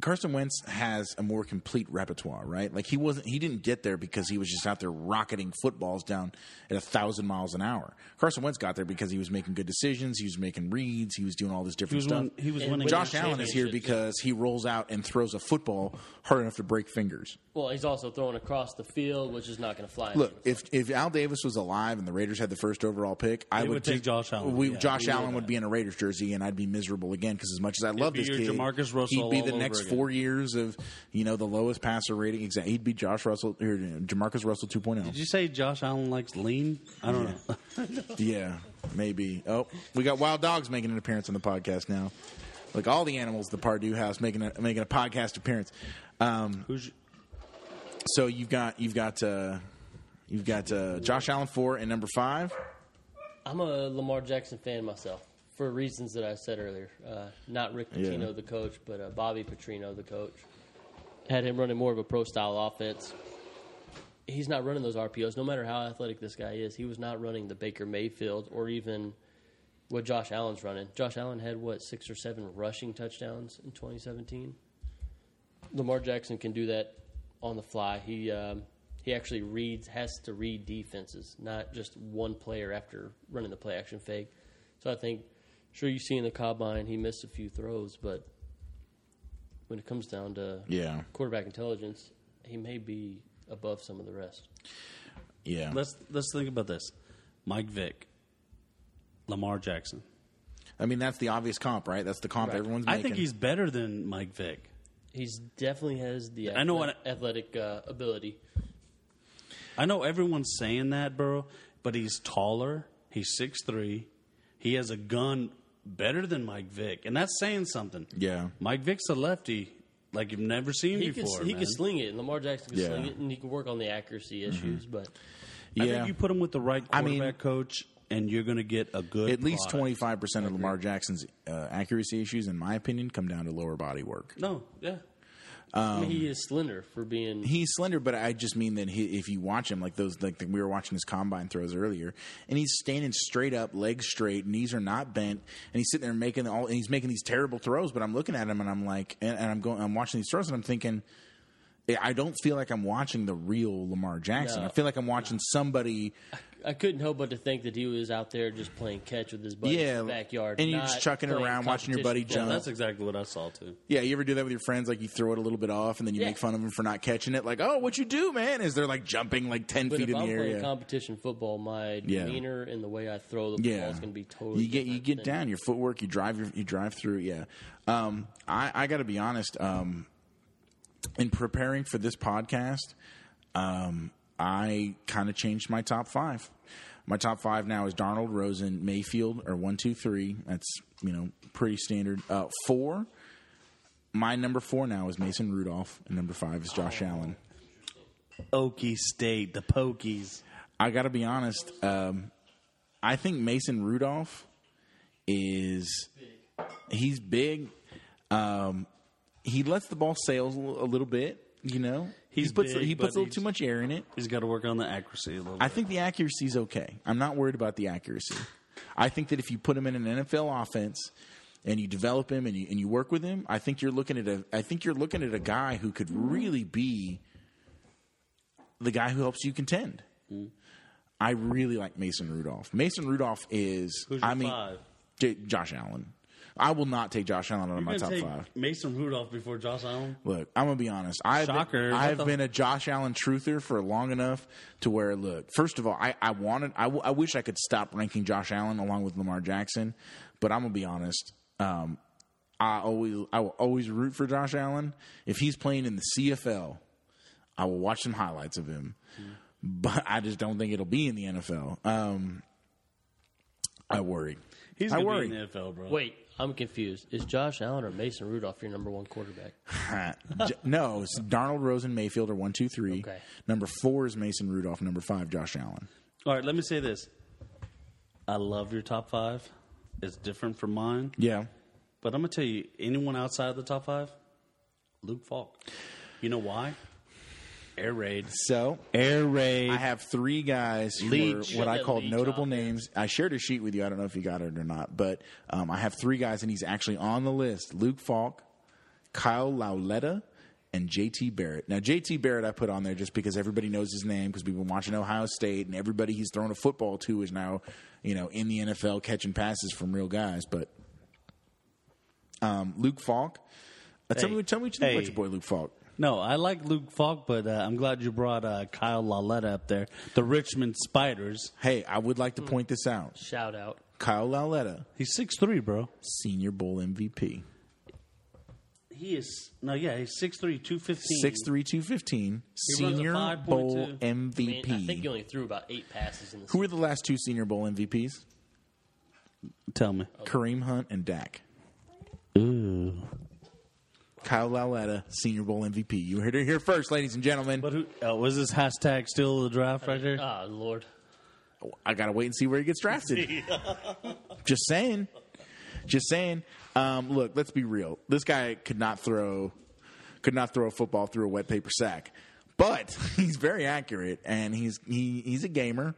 [SPEAKER 1] Carson Wentz has a more complete repertoire, right? Like he wasn't he didn't get there because he was just out there rocketing footballs down at a thousand miles an hour. Carson Wentz got there because he was making good decisions, he was making reads, he was doing all this
[SPEAKER 2] He
[SPEAKER 1] different
[SPEAKER 2] was
[SPEAKER 1] stuff.
[SPEAKER 2] win- he was
[SPEAKER 3] And
[SPEAKER 2] winning.
[SPEAKER 1] Josh
[SPEAKER 3] winning
[SPEAKER 1] Allen is here
[SPEAKER 3] championships.
[SPEAKER 1] because he rolls out and throws a football hard enough to break fingers.
[SPEAKER 3] Well, he's also throwing across the field, which is not going to fly.
[SPEAKER 1] Look, if if Al Davis was alive and the Raiders had the first overall pick, I
[SPEAKER 2] They
[SPEAKER 1] would
[SPEAKER 2] would take
[SPEAKER 1] just-
[SPEAKER 2] Josh Allen.
[SPEAKER 1] We,
[SPEAKER 2] Yeah,
[SPEAKER 1] Josh
[SPEAKER 2] we know
[SPEAKER 1] Allen would
[SPEAKER 2] that.
[SPEAKER 1] be in a Raiders jersey, and I'd be miserable again because as much as I love
[SPEAKER 2] be
[SPEAKER 1] this
[SPEAKER 2] your
[SPEAKER 1] kid,
[SPEAKER 2] Jamarcus Russell
[SPEAKER 1] he'd be
[SPEAKER 2] all
[SPEAKER 1] the
[SPEAKER 2] over
[SPEAKER 1] next
[SPEAKER 2] again.
[SPEAKER 1] four years of you know the lowest passer rating. Exactly, he'd be Josh Russell or uh, Jamarcus Russell oh. 2.0.
[SPEAKER 2] Did you say Josh Allen likes lean? I don't know.
[SPEAKER 1] yeah, maybe. Oh, we got Wild Dogs making an appearance on the podcast now. Like all the animals, at the Pardue House making a, making a podcast appearance. Um,
[SPEAKER 2] Who's
[SPEAKER 1] so you've got you've got uh, you've got uh, Josh Allen four and number five.
[SPEAKER 3] I'm a Lamar Jackson fan myself for reasons that I said earlier. Uh, not Rick Pitino,
[SPEAKER 1] Yeah.
[SPEAKER 3] the coach, but uh, Bobby Petrino, the coach. Had him running more of a pro style offense. He's not running those RPOs, no matter how athletic this guy is. He was not running the Baker Mayfield or even what Josh Allen's running. Josh Allen had, what, six or seven rushing touchdowns in 2017? Lamar Jackson can do that on the fly. He um, he actually reads has to read defenses, not just one player after running the play action fake. So I think, sure, you see in the combine he missed a few throws, but when it comes down to
[SPEAKER 1] Yeah,
[SPEAKER 3] quarterback intelligence, he may be above some of the rest.
[SPEAKER 1] yeah.
[SPEAKER 2] let's let's think about this. Mike Vick, Lamar Jackson.
[SPEAKER 1] I mean, that's the obvious comp, right? That's the comp
[SPEAKER 3] Right.
[SPEAKER 1] everyone's making.
[SPEAKER 2] I think he's better than Mike Vick.
[SPEAKER 3] He's definitely has the
[SPEAKER 2] I know what
[SPEAKER 3] athletic uh, ability.
[SPEAKER 2] I know everyone's saying that, bro, but he's taller. He's six three. He has a gun better than Mike Vick, and that's saying something.
[SPEAKER 1] Yeah.
[SPEAKER 2] Mike Vick's a lefty, like you've never seen
[SPEAKER 3] He
[SPEAKER 2] before.
[SPEAKER 3] can he
[SPEAKER 2] man.
[SPEAKER 3] can sling it, and Lamar Jackson can
[SPEAKER 1] Yeah. Mm-hmm.
[SPEAKER 3] sling it, and he can work on the accuracy issues. But
[SPEAKER 2] I
[SPEAKER 1] yeah.
[SPEAKER 2] think you put him with the right
[SPEAKER 1] I
[SPEAKER 2] quarterback
[SPEAKER 1] mean-
[SPEAKER 2] coach, and you're going to get a good.
[SPEAKER 1] At least
[SPEAKER 2] product.
[SPEAKER 1] twenty five percent of Lamar Jackson's uh, accuracy issues, in my opinion, come down to lower body work.
[SPEAKER 2] No, yeah.
[SPEAKER 3] I
[SPEAKER 1] Um,
[SPEAKER 3] mean, he is slender for being
[SPEAKER 1] He's slender, but I just mean that he, if you watch him, like those, like we were watching his combine throws earlier, and he's standing straight up, legs straight, knees are not bent, and he's sitting there making all, and he's making these terrible throws. But I'm looking at him, and I'm like, and, and I'm going, I'm watching these throws, and I'm thinking, I- I don't feel like I'm watching the real Lamar Jackson.
[SPEAKER 3] No.
[SPEAKER 1] I feel like I'm watching somebody
[SPEAKER 3] I couldn't help but to think that he was out there just playing catch with his buddy
[SPEAKER 1] Yeah,
[SPEAKER 3] in the backyard,
[SPEAKER 1] and you're
[SPEAKER 3] not
[SPEAKER 1] just chucking it
[SPEAKER 3] playing
[SPEAKER 1] around, watching your buddy
[SPEAKER 3] competition
[SPEAKER 1] jump.
[SPEAKER 2] That's exactly what I saw too.
[SPEAKER 1] Yeah, you ever do that with your friends? Like you throw it a little bit off, and then you
[SPEAKER 3] Yeah.
[SPEAKER 1] make fun of them for not catching it. Like, oh, what you do, man? Is they're like jumping like ten
[SPEAKER 3] But
[SPEAKER 1] feet
[SPEAKER 3] if
[SPEAKER 1] in
[SPEAKER 3] I'm
[SPEAKER 1] the
[SPEAKER 3] playing
[SPEAKER 1] area?
[SPEAKER 3] competition football, my
[SPEAKER 1] Yeah.
[SPEAKER 3] demeanor and the way I throw the ball
[SPEAKER 1] yeah,
[SPEAKER 3] is going to be totally.
[SPEAKER 1] You get you
[SPEAKER 3] different
[SPEAKER 1] get
[SPEAKER 3] than-
[SPEAKER 1] down your footwork. You drive your you drive through. Yeah, um, I I got to be honest. Um, in preparing for this podcast, um, I kind of changed my top five. My top five now is Darnold, Rosen, Mayfield, or one, two, three. That's you know pretty standard. Uh, four. My number four now is Mason Rudolph, and number five is
[SPEAKER 3] Oh.
[SPEAKER 1] Josh Allen.
[SPEAKER 2] Okie State, the Pokies.
[SPEAKER 1] I got to be honest. Um, I think Mason Rudolph is he's big. Um, he lets the ball sail a little bit. You know,
[SPEAKER 2] He's
[SPEAKER 1] he puts
[SPEAKER 2] big,
[SPEAKER 1] he puts a
[SPEAKER 2] but
[SPEAKER 1] little too
[SPEAKER 2] he's-
[SPEAKER 1] much air in it.
[SPEAKER 2] He's got to work on the accuracy a little.
[SPEAKER 1] I
[SPEAKER 2] bit.
[SPEAKER 1] think the accuracy's okay. I'm not worried about the accuracy. I think that if you put him in an NFL offense and you develop him and you and you work with him, I think you're looking at a I think you're looking at a guy who could really be the guy who helps you contend.
[SPEAKER 2] Mm-hmm.
[SPEAKER 1] I really like Mason Rudolph. Mason Rudolph is
[SPEAKER 2] Who's your
[SPEAKER 1] I mean
[SPEAKER 2] five?
[SPEAKER 1] J- Josh Allen. I will not take Josh Allen out of my
[SPEAKER 2] You're
[SPEAKER 1] top
[SPEAKER 2] gonna take
[SPEAKER 1] five.
[SPEAKER 2] Mason Rudolph before Josh Allen.
[SPEAKER 1] Look, I'm gonna be honest. I've
[SPEAKER 2] Shocker.
[SPEAKER 1] Been,
[SPEAKER 2] What
[SPEAKER 1] I've
[SPEAKER 2] the-
[SPEAKER 1] been a Josh Allen truther for long enough to where look. First of all, I I wanted I, w- I wish I could stop ranking Josh Allen along with Lamar Jackson, but I'm gonna be honest. Um, I always I will always root for Josh Allen if he's playing in the CFL. I will watch some highlights of him, but I just don't think it'll be in the NFL. Um, I worry.
[SPEAKER 2] He's
[SPEAKER 1] I
[SPEAKER 2] gonna
[SPEAKER 1] worry.
[SPEAKER 2] be in the NFL, bro.
[SPEAKER 3] Wait, I'm confused. Is Josh Allen or Mason Rudolph your number one quarterback?
[SPEAKER 1] J- no, it's Darnold Rosen Mayfield are one, two, three.
[SPEAKER 3] Okay.
[SPEAKER 1] Number four is Mason Rudolph. Number five, Josh Allen.
[SPEAKER 2] All right, let me say this. I love your top five. It's different from mine,
[SPEAKER 1] Yeah.
[SPEAKER 2] but I'm gonna tell you, anyone outside of the top five, Luke Falk. You know why? Air raid.
[SPEAKER 1] So
[SPEAKER 2] Air raid.
[SPEAKER 1] I have three guys who
[SPEAKER 2] Lead-
[SPEAKER 1] are
[SPEAKER 3] Shut
[SPEAKER 1] what I
[SPEAKER 3] that
[SPEAKER 1] call
[SPEAKER 3] lead
[SPEAKER 1] notable
[SPEAKER 3] top, man.
[SPEAKER 1] names. I shared a sheet with you. I don't know if you got it or not, but um, I have three guys, and he's actually on the list: Luke Falk, Kyle Lauletta, and JT Barrett. Now, JT Barrett I put on there just because everybody knows his name because we've been watching Ohio State, and everybody he's thrown a football to is now, you know, in the NFL catching passes from real guys. But um, Luke Falk, uh, tell
[SPEAKER 2] Hey.
[SPEAKER 1] me, tell me what you think about
[SPEAKER 2] Hey.
[SPEAKER 1] your boy Luke Falk.
[SPEAKER 2] no, I like Luke Falk, but uh, I'm glad you brought uh, Kyle LaLetta up there. The Richmond Spiders.
[SPEAKER 1] Hey, I would like to point this out.
[SPEAKER 3] Shout out.
[SPEAKER 1] Kyle Lauletta,
[SPEAKER 2] He's six three, bro.
[SPEAKER 1] Senior Bowl MVP.
[SPEAKER 2] He is no, yeah, he's 6'3", 215.
[SPEAKER 1] Six three two fifteen.
[SPEAKER 2] He runs a
[SPEAKER 1] Senior
[SPEAKER 2] 5.2. I
[SPEAKER 1] Bowl
[SPEAKER 2] mean,
[SPEAKER 3] I, mean,
[SPEAKER 1] MVP.
[SPEAKER 3] I think you only threw about eight passes in the
[SPEAKER 1] Who were the last two Senior Bowl MVPs?
[SPEAKER 2] Tell me.
[SPEAKER 1] Kareem Hunt and Dak.
[SPEAKER 2] Ooh.
[SPEAKER 1] Kyle Lauletta, Senior Bowl MVP. You heard it here first, ladies and gentlemen.
[SPEAKER 2] But who uh, was this hashtag still the draft right there?
[SPEAKER 3] Ah, Lord.
[SPEAKER 1] I gotta wait and see where he gets drafted. Just saying. Just saying. Um, look, let's be real. This guy could not throw could not throw a football through a wet paper sack. But he's very accurate and he's he, he's a gamer.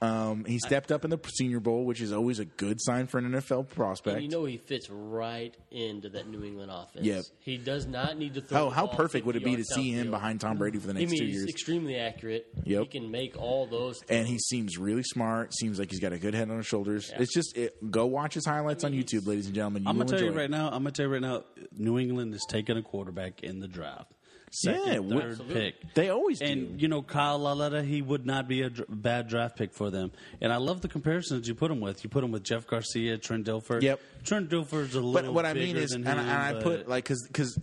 [SPEAKER 1] Um, he stepped up in the senior bowl, which is always a good sign for an NFL prospect.
[SPEAKER 3] And you know he fits right into that New England offense.
[SPEAKER 1] Yep.
[SPEAKER 3] He does not need to throw.
[SPEAKER 1] oh,
[SPEAKER 3] the
[SPEAKER 1] how
[SPEAKER 3] ball
[SPEAKER 1] perfect would it
[SPEAKER 3] 50
[SPEAKER 1] be to
[SPEAKER 3] yards
[SPEAKER 1] see him
[SPEAKER 3] downfield.
[SPEAKER 1] behind Tom Brady for the
[SPEAKER 3] I
[SPEAKER 1] next
[SPEAKER 3] mean,
[SPEAKER 1] two
[SPEAKER 3] he's
[SPEAKER 1] years?
[SPEAKER 3] extremely accurate.
[SPEAKER 1] Yep.
[SPEAKER 3] He can make all those.
[SPEAKER 1] and
[SPEAKER 3] throws.
[SPEAKER 1] he seems really smart. Seems like he's got a good head on his shoulders. It's just it, go watch his highlights on YouTube, ladies and gentlemen. You
[SPEAKER 2] I'm
[SPEAKER 1] will
[SPEAKER 2] gonna tell
[SPEAKER 1] enjoy
[SPEAKER 2] you
[SPEAKER 1] it.
[SPEAKER 2] right now. I'm gonna tell you right now. New England is taking a quarterback in the draft, second,
[SPEAKER 1] Yeah, we-
[SPEAKER 2] third pick.
[SPEAKER 1] They always do.
[SPEAKER 2] And you know Kyle LaLetta, he would not be a dr- bad draft pick for them. And I love the comparisons you put him with. You put him with Jeff Garcia, Trent Dilfer.
[SPEAKER 1] Yep.
[SPEAKER 2] Trent Dilfer's a little.
[SPEAKER 1] but what I
[SPEAKER 2] bigger
[SPEAKER 1] mean is,
[SPEAKER 2] than
[SPEAKER 1] and,
[SPEAKER 2] him,
[SPEAKER 1] and I
[SPEAKER 2] but-
[SPEAKER 1] put like because because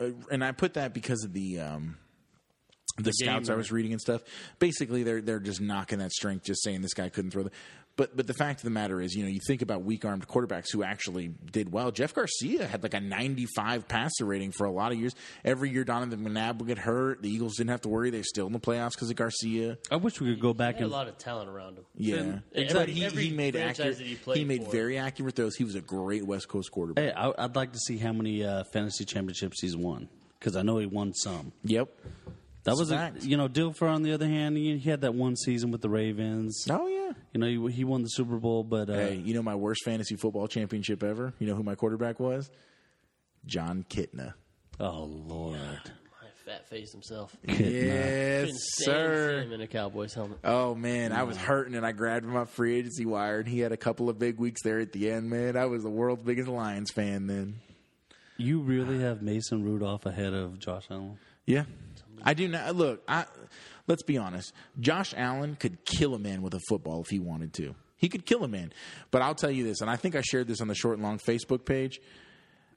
[SPEAKER 1] uh, and I put that because of the um the, scouts I
[SPEAKER 2] gamer.
[SPEAKER 1] was reading and stuff. Basically, they're they're just knocking that strength, just saying this guy couldn't throw the. But but the fact of the matter is, you know, you think about weak armed quarterbacks who actually did well. Jeff Garcia had like a 95 passer rating for a lot of years. Every year, Donovan McNabb would get hurt. The Eagles didn't have to worry; they're still in the playoffs because of Garcia.
[SPEAKER 2] I wish we could go
[SPEAKER 3] He
[SPEAKER 2] back
[SPEAKER 3] had a
[SPEAKER 2] and
[SPEAKER 3] lot of talent around him.
[SPEAKER 1] Yeah,
[SPEAKER 2] And
[SPEAKER 1] but
[SPEAKER 3] every-
[SPEAKER 1] he,
[SPEAKER 3] every
[SPEAKER 1] he made
[SPEAKER 3] franchise
[SPEAKER 1] accurate.
[SPEAKER 3] that
[SPEAKER 1] He,
[SPEAKER 3] he played
[SPEAKER 1] made
[SPEAKER 3] for.
[SPEAKER 1] very accurate throws. He was a great West Coast quarterback.
[SPEAKER 2] Hey, I, I'd like to see how many uh, fantasy championships he's won because I know he won some.
[SPEAKER 1] Yep.
[SPEAKER 2] That
[SPEAKER 1] It's
[SPEAKER 2] was, a,
[SPEAKER 1] fact.
[SPEAKER 2] you know, Dilfer. On the other hand, he, he had that one season with the Ravens.
[SPEAKER 1] Oh yeah.
[SPEAKER 2] You know, he, he won the Super Bowl, but uh,
[SPEAKER 1] Hey, you know my worst fantasy football championship ever? You know who my quarterback was? John Kitna.
[SPEAKER 2] oh lord,
[SPEAKER 3] My fat face himself.
[SPEAKER 1] Yes,
[SPEAKER 3] Been Sam
[SPEAKER 1] sir.
[SPEAKER 3] Sam in a Cowboys helmet.
[SPEAKER 1] Oh man, I was hurting and I grabbed my free agency wire and he had a couple of big weeks there at the end, man. I was the world's biggest Lions fan then.
[SPEAKER 2] you really have Mason Rudolph ahead of Josh Allen.
[SPEAKER 1] Yeah. I do not look, I let's be honest. Josh Allen could kill a man with a football if he wanted to. He could kill a man. But I'll tell you this, and I think I shared this on the short and long Facebook page.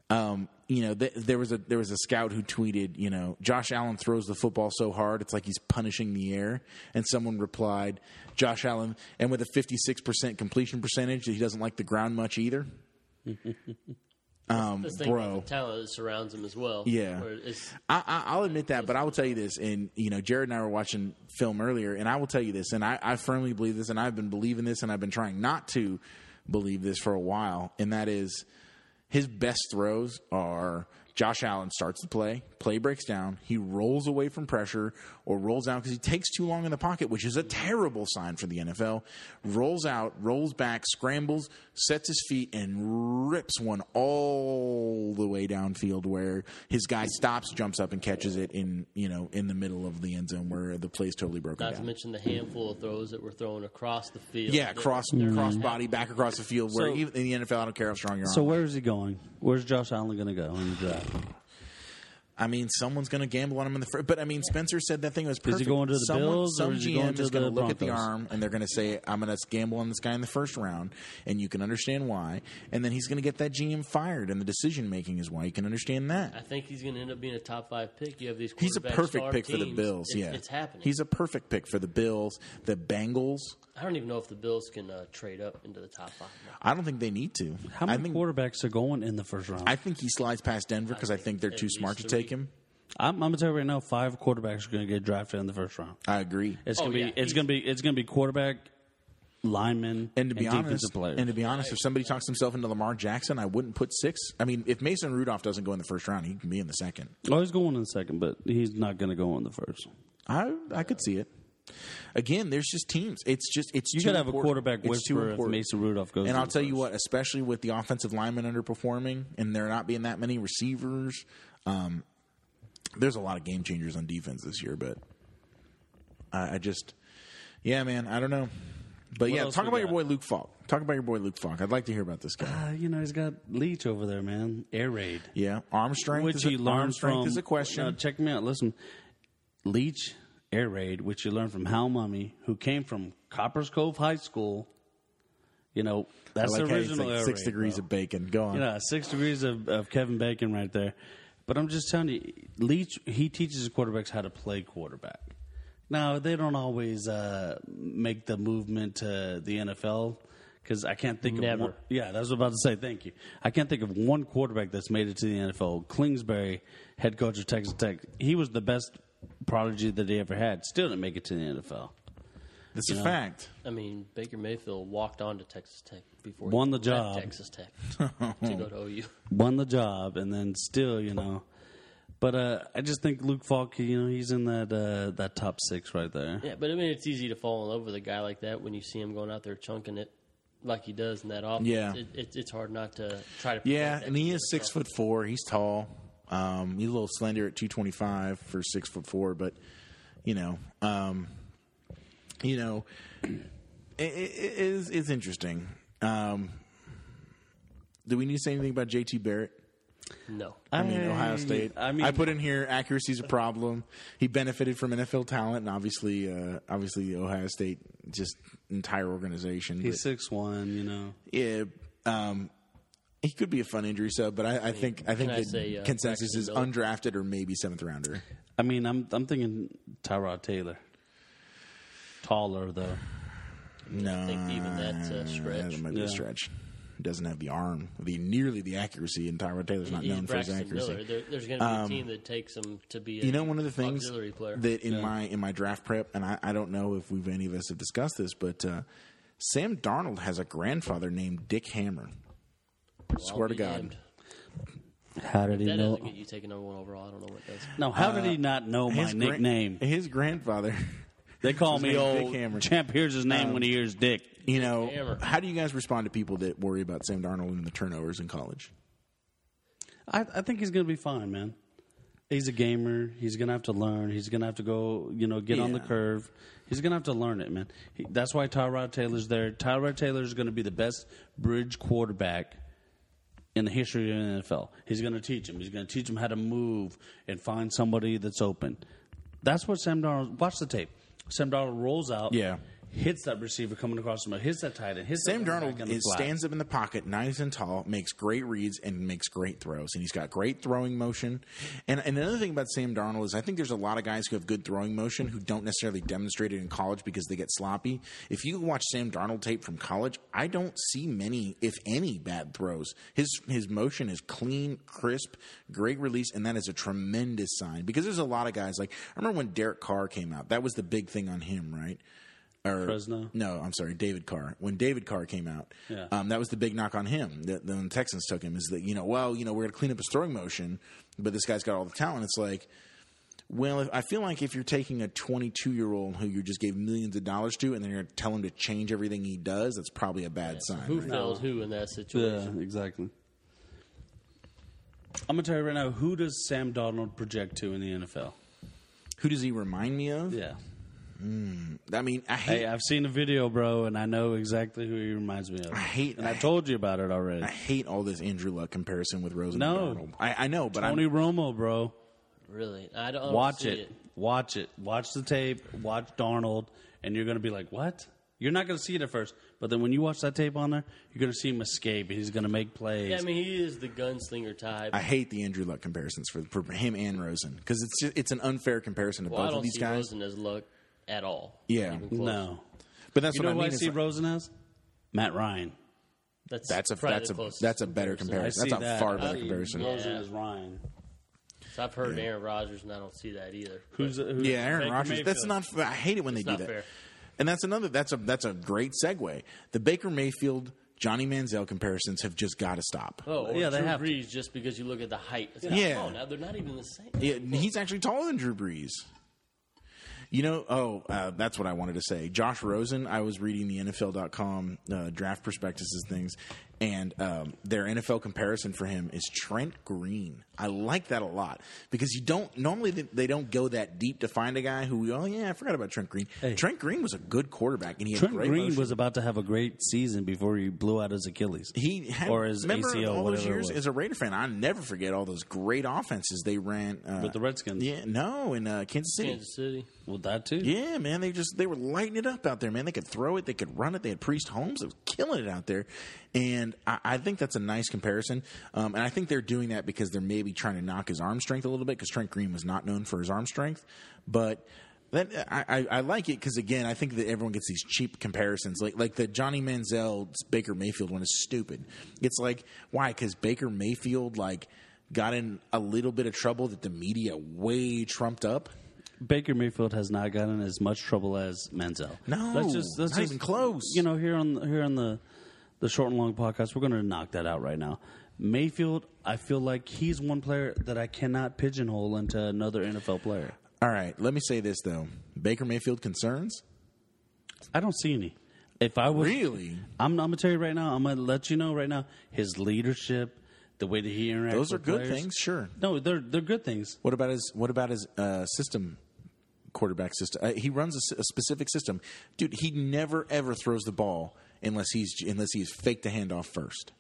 [SPEAKER 1] Um, you know, th- there was a there was a scout who tweeted, you know, Josh Allen throws the football so hard it's like he's punishing the air. And someone replied, Josh Allen, and with a fifty six percent completion percentage, he doesn't like the ground much either.
[SPEAKER 3] This thing about
[SPEAKER 1] Um, bro.
[SPEAKER 3] the talent that surrounds him as well.
[SPEAKER 1] Yeah.
[SPEAKER 3] Where it's-
[SPEAKER 1] I, I, I'll admit that, but I will tell you this, and you know, Jared and I were watching film earlier, and I will tell you this, and I, I firmly believe this, and I've been believing this, and I've been trying not to believe this for a while, and that is his best throws are Josh Allen starts the play, play breaks down, he rolls away from pressure or rolls out because he takes too long in the pocket, which is a terrible sign for the NFL. Rolls out, rolls back, scrambles, sets his feet, and rips one all the way downfield where his guy stops, jumps up, and catches it in you know in the middle of the end zone where the play's totally broken
[SPEAKER 3] Not to
[SPEAKER 1] down.
[SPEAKER 3] mention the handful of throws that were thrown across the field.
[SPEAKER 1] Yeah,
[SPEAKER 3] That-
[SPEAKER 1] cross cross body back across the field where
[SPEAKER 2] So-
[SPEAKER 1] even in the NFL I don't care how strong your arm.
[SPEAKER 2] So where is he going? Where's Josh Allen going to go on the drive?
[SPEAKER 1] I mean, somemeone's going to gamble on him in the first. But I mean, Spencer said that thing was perfect.
[SPEAKER 2] going to the
[SPEAKER 1] Someone,
[SPEAKER 2] Bills or
[SPEAKER 1] some
[SPEAKER 2] is he
[SPEAKER 1] GM
[SPEAKER 2] going to
[SPEAKER 1] is going to
[SPEAKER 2] the
[SPEAKER 1] look at the
[SPEAKER 2] Broncos?
[SPEAKER 1] arm and they're going to say, "I'm going to gamble on this guy in the first round," and you can understand why. And then he's going to get that GM fired, and the decision making is why you can understand
[SPEAKER 3] I
[SPEAKER 1] that.
[SPEAKER 3] think he's going to end up being a top five pick. You have these.
[SPEAKER 1] He's a
[SPEAKER 3] quarterback
[SPEAKER 1] perfect
[SPEAKER 3] star
[SPEAKER 1] pick for the
[SPEAKER 3] teams.
[SPEAKER 1] Bills.
[SPEAKER 3] It's-
[SPEAKER 1] yeah,
[SPEAKER 3] it's happening.
[SPEAKER 1] He's a perfect pick for the Bills, the Bengals.
[SPEAKER 3] I don't even know if the Bills can uh, trade up into the top five. now.
[SPEAKER 1] I don't think they need to.
[SPEAKER 2] How many
[SPEAKER 1] I think
[SPEAKER 2] quarterbacks are going in the first round?
[SPEAKER 1] I think he slides past Denver because I, think they're
[SPEAKER 3] at
[SPEAKER 1] too smart to
[SPEAKER 3] least
[SPEAKER 1] take
[SPEAKER 3] three.
[SPEAKER 1] him.
[SPEAKER 2] I'm, I'm going to tell you right now, five quarterbacks are going to get drafted in the first round.
[SPEAKER 1] I agree.
[SPEAKER 2] It's
[SPEAKER 3] Oh,
[SPEAKER 2] going to
[SPEAKER 3] yeah,
[SPEAKER 2] be it's going to be it's going to be quarterback, lineman,
[SPEAKER 1] And to be honest,
[SPEAKER 2] defensive players.
[SPEAKER 1] and to be honest, if somebody talks himself into Lamar Jackson, I wouldn't put six. I mean, if Mason Rudolph doesn't go in the first round, he can be in the second.
[SPEAKER 2] oh, he's going in the second, but he's not going to go in the first.
[SPEAKER 1] I I could see it. Again, there's just teams. It's just it's
[SPEAKER 2] You
[SPEAKER 1] too
[SPEAKER 2] got to have a
[SPEAKER 1] important.
[SPEAKER 2] quarterback
[SPEAKER 1] It's too
[SPEAKER 2] whisperer if
[SPEAKER 1] important.
[SPEAKER 2] Mason Rudolph goes.
[SPEAKER 1] And
[SPEAKER 2] in
[SPEAKER 1] I'll
[SPEAKER 2] the
[SPEAKER 1] tell you
[SPEAKER 2] first.
[SPEAKER 1] what, especially with the offensive linemen underperforming and there not being that many receivers, um, there's a lot of game changers on defense this year. But I, I just, yeah, man, I don't know. But yeah,
[SPEAKER 2] else
[SPEAKER 1] talk
[SPEAKER 2] we
[SPEAKER 1] about your
[SPEAKER 2] got?
[SPEAKER 1] boy Luke Falk. Talk about your boy Luke Falk. I'd like to hear about this guy.
[SPEAKER 2] Uh, you know, he's got Leach over there, man. Air raid.
[SPEAKER 1] Yeah, arm strength.
[SPEAKER 2] which
[SPEAKER 1] is
[SPEAKER 2] he
[SPEAKER 1] a, arm
[SPEAKER 2] learned
[SPEAKER 1] strength
[SPEAKER 2] from. uh,
[SPEAKER 1] is a question.
[SPEAKER 2] No, check me out. Listen, Leach Air Raid, which you learned from Hal Mummy, who came from Coppers Cove High School. You know
[SPEAKER 1] I
[SPEAKER 2] that's
[SPEAKER 1] like
[SPEAKER 2] the
[SPEAKER 1] how it's
[SPEAKER 2] original
[SPEAKER 1] like
[SPEAKER 2] Air
[SPEAKER 1] six
[SPEAKER 2] Raid,
[SPEAKER 1] degrees
[SPEAKER 2] bro.
[SPEAKER 1] of bacon. Go on.
[SPEAKER 2] You know, six degrees of, of Kevin Bacon right there. But I'm just telling you, Leach he teaches his quarterbacks how to play quarterback. Now they don't always uh, make the movement to the NFL because I can't think
[SPEAKER 3] Never.
[SPEAKER 2] of one, yeah, that's what I was about to say. Thank you. I can't think of one quarterback that's made it to the NFL. Kingsbury, head coach of Texas Tech, he was the best prodigy that he ever had. Still didn't make it to the NFL.
[SPEAKER 1] That's a fact.
[SPEAKER 3] I mean, Baker Mayfield walked on to Texas Tech before
[SPEAKER 2] Won the
[SPEAKER 3] he left
[SPEAKER 2] job.
[SPEAKER 3] Texas Tech to go to OU.
[SPEAKER 2] won the job and then still, you know. But uh, I just think Luke Falk, you know, he's in that uh, that top six right there.
[SPEAKER 3] Yeah, but I mean, it's easy to fall in love with a guy like that when you see him going out there chunking it like he does in that offense.
[SPEAKER 1] Yeah.
[SPEAKER 3] it, it, it's hard not to try to. prevent
[SPEAKER 1] Yeah,
[SPEAKER 3] that
[SPEAKER 1] and he
[SPEAKER 3] from
[SPEAKER 1] is
[SPEAKER 3] getting
[SPEAKER 1] six
[SPEAKER 3] across.
[SPEAKER 1] foot four. He's tall. Um, he's a little slender at two twenty five for six foot four, but you know, um, you know, it, it, it is it's interesting. Um, do we need to say anything about JT Barrett?
[SPEAKER 3] No,
[SPEAKER 1] I mean, Ohio
[SPEAKER 2] I-
[SPEAKER 1] State.
[SPEAKER 2] I mean-
[SPEAKER 1] I put in here accuracy's a problem. He benefited from NFL talent, and obviously, uh, obviously, Ohio State just entire organization. but-
[SPEAKER 2] He's six one, you know.
[SPEAKER 1] Yeah, um, he could be a fun injury sub, but I, I think I think
[SPEAKER 3] I
[SPEAKER 1] the
[SPEAKER 3] say, uh,
[SPEAKER 1] consensus is
[SPEAKER 3] Braxton
[SPEAKER 1] undrafted or maybe seventh rounder.
[SPEAKER 2] I mean, I'm I'm thinking Tyrod Taylor, taller though.
[SPEAKER 1] No,
[SPEAKER 3] I think even that's
[SPEAKER 1] Ah,
[SPEAKER 3] a stretch.
[SPEAKER 1] That might be a
[SPEAKER 2] Yeah.
[SPEAKER 1] stretch. He doesn't have the arm, the nearly the accuracy, and Tyrod Taylor's not
[SPEAKER 3] He's
[SPEAKER 1] known for his
[SPEAKER 3] Braxton
[SPEAKER 1] accuracy. Um,
[SPEAKER 3] Miller. There, there's going to be a team that takes him to be. A
[SPEAKER 1] You know, one of the things
[SPEAKER 3] auxiliary player.
[SPEAKER 1] that in my in my draft prep, and I, I don't know if we've any of us have discussed this, but uh, Sam Darnold has a grandfather named Dick Hammer. Swear to
[SPEAKER 3] be
[SPEAKER 1] God,
[SPEAKER 3] damned.
[SPEAKER 2] How did he
[SPEAKER 3] that
[SPEAKER 2] know?
[SPEAKER 3] doesn't get you taken number one overall. I don't know what does.
[SPEAKER 2] No, how did he not know my
[SPEAKER 1] gran-
[SPEAKER 2] nickname?
[SPEAKER 1] Uh, his grandfather.
[SPEAKER 2] They call
[SPEAKER 1] his Um,
[SPEAKER 2] me
[SPEAKER 1] name's
[SPEAKER 2] old
[SPEAKER 1] Dick Hammer.
[SPEAKER 2] Champ. Hears his name when he hears Dick.
[SPEAKER 1] You know,
[SPEAKER 3] Hammer.
[SPEAKER 1] how do you guys respond to people that worry about Sam Darnold and the turnovers in college?
[SPEAKER 2] I, I think he's gonna be fine, man. He's a gamer. He's gonna have to learn. He's gonna have to go, you know, get on the
[SPEAKER 1] Yeah.
[SPEAKER 2] curve. He's gonna have to learn it, man. He, that's why Tyrod Taylor's there. Tyrod Taylor's gonna be the best bridge quarterback in the history of the NFL. He's gonna teach him. He's gonna teach him how to move and find somebody that's open. That's what Sam Darnold. Watch the tape. Sam Darnold rolls out.
[SPEAKER 1] Yeah.
[SPEAKER 2] Hits that receiver coming across the middle. Hits that tight end. Hits
[SPEAKER 1] Sam
[SPEAKER 2] that running back
[SPEAKER 1] Darnold
[SPEAKER 2] in the
[SPEAKER 1] is,
[SPEAKER 2] flat.
[SPEAKER 1] stands up in the pocket, nice and tall, makes great reads, and makes great throws. And he's got great throwing motion. And, and another thing about Sam Darnold is I think there's a lot of guys who have good throwing motion who don't necessarily demonstrate it in college because they get sloppy. If you watch Sam Darnold tape from college, I don't see many, if any, bad throws. His his motion is clean, crisp, great release, and that is a tremendous sign because there's a lot of guys like I remember when Derek Carr came out. That was the big thing on him, right? or
[SPEAKER 2] Fresno?
[SPEAKER 1] No, I'm sorry, David Carr. When David Carr came out,
[SPEAKER 2] Yeah.
[SPEAKER 1] um, that was the big knock on him. That that when the Texans took him is that you know, well, you know, we're going to clean up his throwing motion, but this guy's got all the talent. It's like. Well, if, I feel like if you're taking a 22 year old who you just gave millions of dollars to, and then you're telling him to change everything he does, that's probably a bad sign.
[SPEAKER 3] Who
[SPEAKER 1] right?
[SPEAKER 3] failed who in that situation?
[SPEAKER 2] Yeah, exactly. I'm gonna tell you right now. Who does Sam Donald project to in the NFL?
[SPEAKER 1] Who does he remind me of?
[SPEAKER 2] Yeah.
[SPEAKER 1] I mean, I hate,
[SPEAKER 2] Hey, uh, I've seen the video, bro, and I know exactly who he reminds me of.
[SPEAKER 1] I hate,
[SPEAKER 2] and I
[SPEAKER 1] I,
[SPEAKER 2] told you about it already.
[SPEAKER 1] I hate all this Andrew Luck comparison with Rosen.
[SPEAKER 2] No.
[SPEAKER 1] and Darnold. I, I know, but
[SPEAKER 2] Tony
[SPEAKER 1] I'm,
[SPEAKER 2] Romo, bro.
[SPEAKER 3] Really, I don't I don't
[SPEAKER 2] Watch
[SPEAKER 3] see
[SPEAKER 2] it. Watch it. Watch the tape. Watch Darnold, and you're gonna be like, "What?" You're not gonna see it at first, but then when you watch that tape on there, you're gonna see him escape. He's gonna make plays.
[SPEAKER 3] Yeah, I mean he is the gunslinger type.
[SPEAKER 1] I hate the Andrew Luck comparisons for, for him and Rosen because it's just, it's an unfair comparison to
[SPEAKER 3] well, I
[SPEAKER 1] both of
[SPEAKER 3] don't
[SPEAKER 1] these
[SPEAKER 3] see
[SPEAKER 1] guys.
[SPEAKER 3] Rosen as luck at all.
[SPEAKER 1] Yeah.
[SPEAKER 3] Even close.
[SPEAKER 2] no.
[SPEAKER 1] But that's
[SPEAKER 2] You
[SPEAKER 1] what
[SPEAKER 2] know
[SPEAKER 1] I
[SPEAKER 2] who
[SPEAKER 1] mean.
[SPEAKER 2] I
[SPEAKER 1] it's
[SPEAKER 2] see
[SPEAKER 1] like-
[SPEAKER 2] Rosen as? Matt Ryan.
[SPEAKER 3] that's
[SPEAKER 1] that's a
[SPEAKER 3] probably
[SPEAKER 1] that's
[SPEAKER 3] the
[SPEAKER 1] a
[SPEAKER 3] closest
[SPEAKER 1] that's a better
[SPEAKER 2] I
[SPEAKER 1] comparison.
[SPEAKER 2] see
[SPEAKER 1] That's a
[SPEAKER 2] that.
[SPEAKER 1] far
[SPEAKER 2] I
[SPEAKER 1] better
[SPEAKER 2] see
[SPEAKER 1] comparison. Yeah,
[SPEAKER 2] Rosen
[SPEAKER 3] Yeah.
[SPEAKER 2] is Ryan.
[SPEAKER 3] So I've heard Aaron Rodgers, and I don't see that either.
[SPEAKER 2] Who's, who's
[SPEAKER 1] Aaron
[SPEAKER 2] Baker
[SPEAKER 1] Rodgers. That's
[SPEAKER 2] Mayfield.
[SPEAKER 1] not. fair. I hate it when they do
[SPEAKER 3] not
[SPEAKER 1] that.
[SPEAKER 3] fair.
[SPEAKER 1] And that's another. That's a that's a great segue. The Baker Mayfield Johnny Manziel comparisons have just got to stop.
[SPEAKER 3] Oh, or
[SPEAKER 2] Yeah, they
[SPEAKER 3] Drew
[SPEAKER 2] have to.
[SPEAKER 3] Brees just because you look at the height. It's like,
[SPEAKER 1] Yeah.
[SPEAKER 3] oh, now they're not even the same.
[SPEAKER 1] Yeah, he's actually taller than Drew Brees. You know, oh, uh, that's what I wanted to say. Josh Rosen, I was reading the NFL.com uh, draft prospectuses things, and um, their NFL comparison for him is Trent Green. I like that a lot because you don't normally they, they don't go that deep to find a guy who we oh yeah I forgot about Trent Green. Trent Green was a good quarterback and he had
[SPEAKER 2] Trent
[SPEAKER 1] great
[SPEAKER 2] Green
[SPEAKER 1] motion.
[SPEAKER 2] was about to have a great season before he blew out his Achilles.
[SPEAKER 1] He had,
[SPEAKER 2] or his
[SPEAKER 1] remember all
[SPEAKER 2] ACL,
[SPEAKER 1] those
[SPEAKER 2] whatever it
[SPEAKER 1] years
[SPEAKER 2] was.
[SPEAKER 1] as a Raider fan. I never forget all those great offenses they ran uh,
[SPEAKER 2] With the Redskins.
[SPEAKER 1] Yeah, no, in uh, Kansas City.
[SPEAKER 3] Kansas City.
[SPEAKER 2] Well, that too.
[SPEAKER 1] Yeah, man, they just they were lighting it up out there, man. They could throw it, they could run it. They had Priest Holmes, they was killing it out there, and I, I think that's a nice comparison. Um, and I think they're doing that because they're maybe trying to knock his arm strength a little bit because Trent Green was not known for his arm strength, but. That, I, I I like it because again I think that everyone gets these cheap comparisons like like the Johnny Manziel Baker Mayfield one is stupid. It's like why because Baker Mayfield like got in a little bit of trouble that the media way trumped up.
[SPEAKER 2] Baker Mayfield has not gotten as much trouble as Manziel.
[SPEAKER 1] No, not even close.
[SPEAKER 2] You know, here on here on the the short and long podcast, we're going to knock that out right now. Mayfield, I feel like he's one player that I cannot pigeonhole into another NFL player.
[SPEAKER 1] All right, let me say this though. Baker Mayfield concerns?
[SPEAKER 2] I don't see any. If I was
[SPEAKER 1] Really?
[SPEAKER 2] I'm, I'm gonna tell you right now. I'm gonna let you know right now. His leadership, the way that he interacts.
[SPEAKER 1] Those are
[SPEAKER 2] with
[SPEAKER 1] good
[SPEAKER 2] players.
[SPEAKER 1] things, sure.
[SPEAKER 2] No, they're they're good things.
[SPEAKER 1] What about his what about his uh, system quarterback system? Uh, he runs a s- a, specific system. Dude, he never ever throws the ball unless he's unless he's faked the handoff first.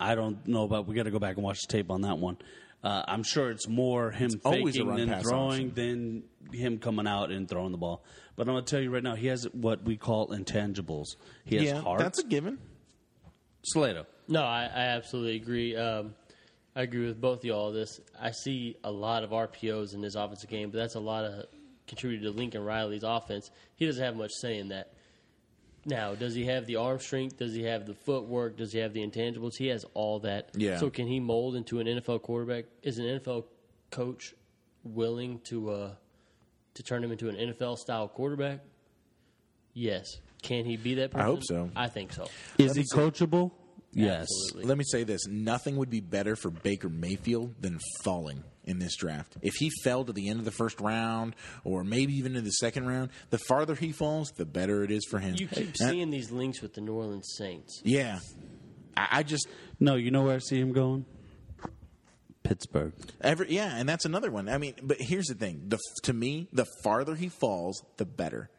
[SPEAKER 2] I don't know about. We got to go back and watch the tape on that one. Uh, I'm sure it's more him
[SPEAKER 1] always a
[SPEAKER 2] faking
[SPEAKER 1] run
[SPEAKER 2] than
[SPEAKER 1] pass
[SPEAKER 2] throwing than him coming out and throwing the ball. But I'm gonna tell you right now, he has what we call intangibles. He has heart.
[SPEAKER 1] that's a given.
[SPEAKER 2] Slato.
[SPEAKER 3] No, I, I absolutely agree. Um, I agree with both of y'all. on This I see a lot of RPOs in his offensive game, but that's a lot of contributed to Lincoln Riley's offense. He doesn't have much say in that. Now, does he have the arm strength? Does he have the footwork? Does he have the intangibles? He has all that.
[SPEAKER 1] Yeah.
[SPEAKER 3] So can he mold into an NFL quarterback? Is an NFL coach willing to uh, to turn him into an NFL style quarterback? Yes. Can he be that person?
[SPEAKER 1] hope so.
[SPEAKER 3] I think so.
[SPEAKER 2] Is he coachable? Yes.
[SPEAKER 3] Absolutely.
[SPEAKER 1] Let me say this: nothing would be better for Baker Mayfield than falling in this draft. If he fell to the end of the first round, or maybe even in the second round, the farther he falls, the better it is for him.
[SPEAKER 3] You keep
[SPEAKER 1] And-
[SPEAKER 3] seeing these links with the New Orleans Saints.
[SPEAKER 1] yeah. I, I just
[SPEAKER 2] No, you know where I see him going? Pittsburgh.
[SPEAKER 1] Every, yeah, and that's another one. I mean, but here's the thing: the to me, the farther he falls, the better.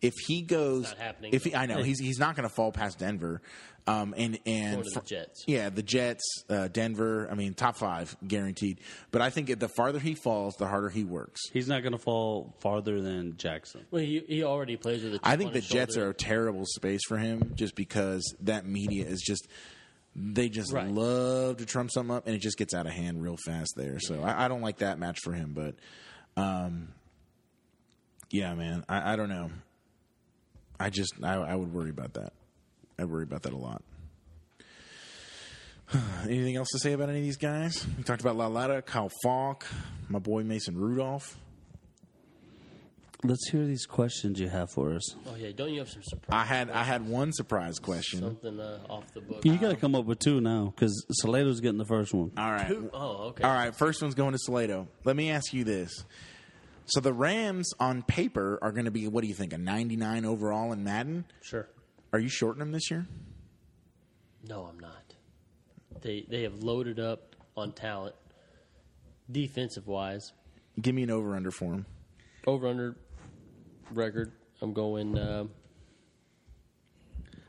[SPEAKER 1] If he goes,
[SPEAKER 3] not happening,
[SPEAKER 1] if he,
[SPEAKER 3] though.
[SPEAKER 1] I know he's he's not going to fall past Denver, um, and and
[SPEAKER 3] Going to the
[SPEAKER 1] fr-
[SPEAKER 3] Jets.
[SPEAKER 1] yeah, the Jets, uh, Denver. I mean, top five guaranteed. But I think if the farther he falls, the harder he works.
[SPEAKER 2] He's not going to fall farther than Jackson.
[SPEAKER 3] Well, he, he already plays with the.
[SPEAKER 1] I think the Jets are a terrible space for him just because that media is just they just
[SPEAKER 3] Right.
[SPEAKER 1] love to trump something up and it just gets out of hand real fast there. So I, I don't like that match for him, but um yeah, man. I, I don't know. I just I, I would worry about that. I worry about that a lot. Anything else to say about any of these guys? We talked about Lalata, Kyle Falk, my boy Mason Rudolph.
[SPEAKER 2] Let's hear these questions you have for us.
[SPEAKER 3] Oh yeah, don't you have some surprise?
[SPEAKER 1] I had I had one surprise question.
[SPEAKER 3] Something uh, off the book.
[SPEAKER 2] You got to come up with two now because Salato's getting the first one.
[SPEAKER 1] All right.
[SPEAKER 3] Who- Oh, okay.
[SPEAKER 1] All right, first one's going to Salado. Let me ask you this. So the Rams on paper are going to be what do you think? A 99 overall in Madden?
[SPEAKER 3] Sure.
[SPEAKER 1] Are you shorting them this year?
[SPEAKER 3] No, I'm not. They they have loaded up on talent, defensive wise.
[SPEAKER 1] Give me an over under for them.
[SPEAKER 3] Over under record. I'm going. Um,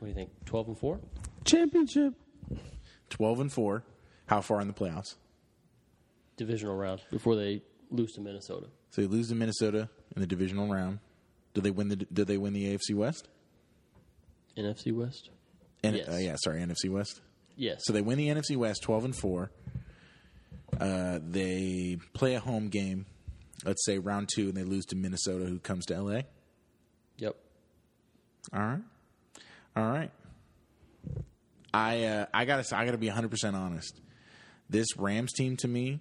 [SPEAKER 3] what do you think? Twelve and four.
[SPEAKER 2] Championship.
[SPEAKER 1] 12 and 4. How far in the playoffs?
[SPEAKER 3] Divisional round before they lose to Minnesota.
[SPEAKER 1] So you lose to Minnesota in the divisional round. Do they win the do they win the AFC West?
[SPEAKER 3] NFC West.
[SPEAKER 1] And
[SPEAKER 3] Yes.
[SPEAKER 1] uh, yeah, sorry, NFC West.
[SPEAKER 3] Yes.
[SPEAKER 1] So they win the NFC West 12 and 4. Uh, they play a home game, let's say round 2 and they lose to Minnesota who comes to LA.
[SPEAKER 3] yep.
[SPEAKER 1] All right. All right. I uh, I gotta say- I gotta be 100 percent honest. This Rams team to me,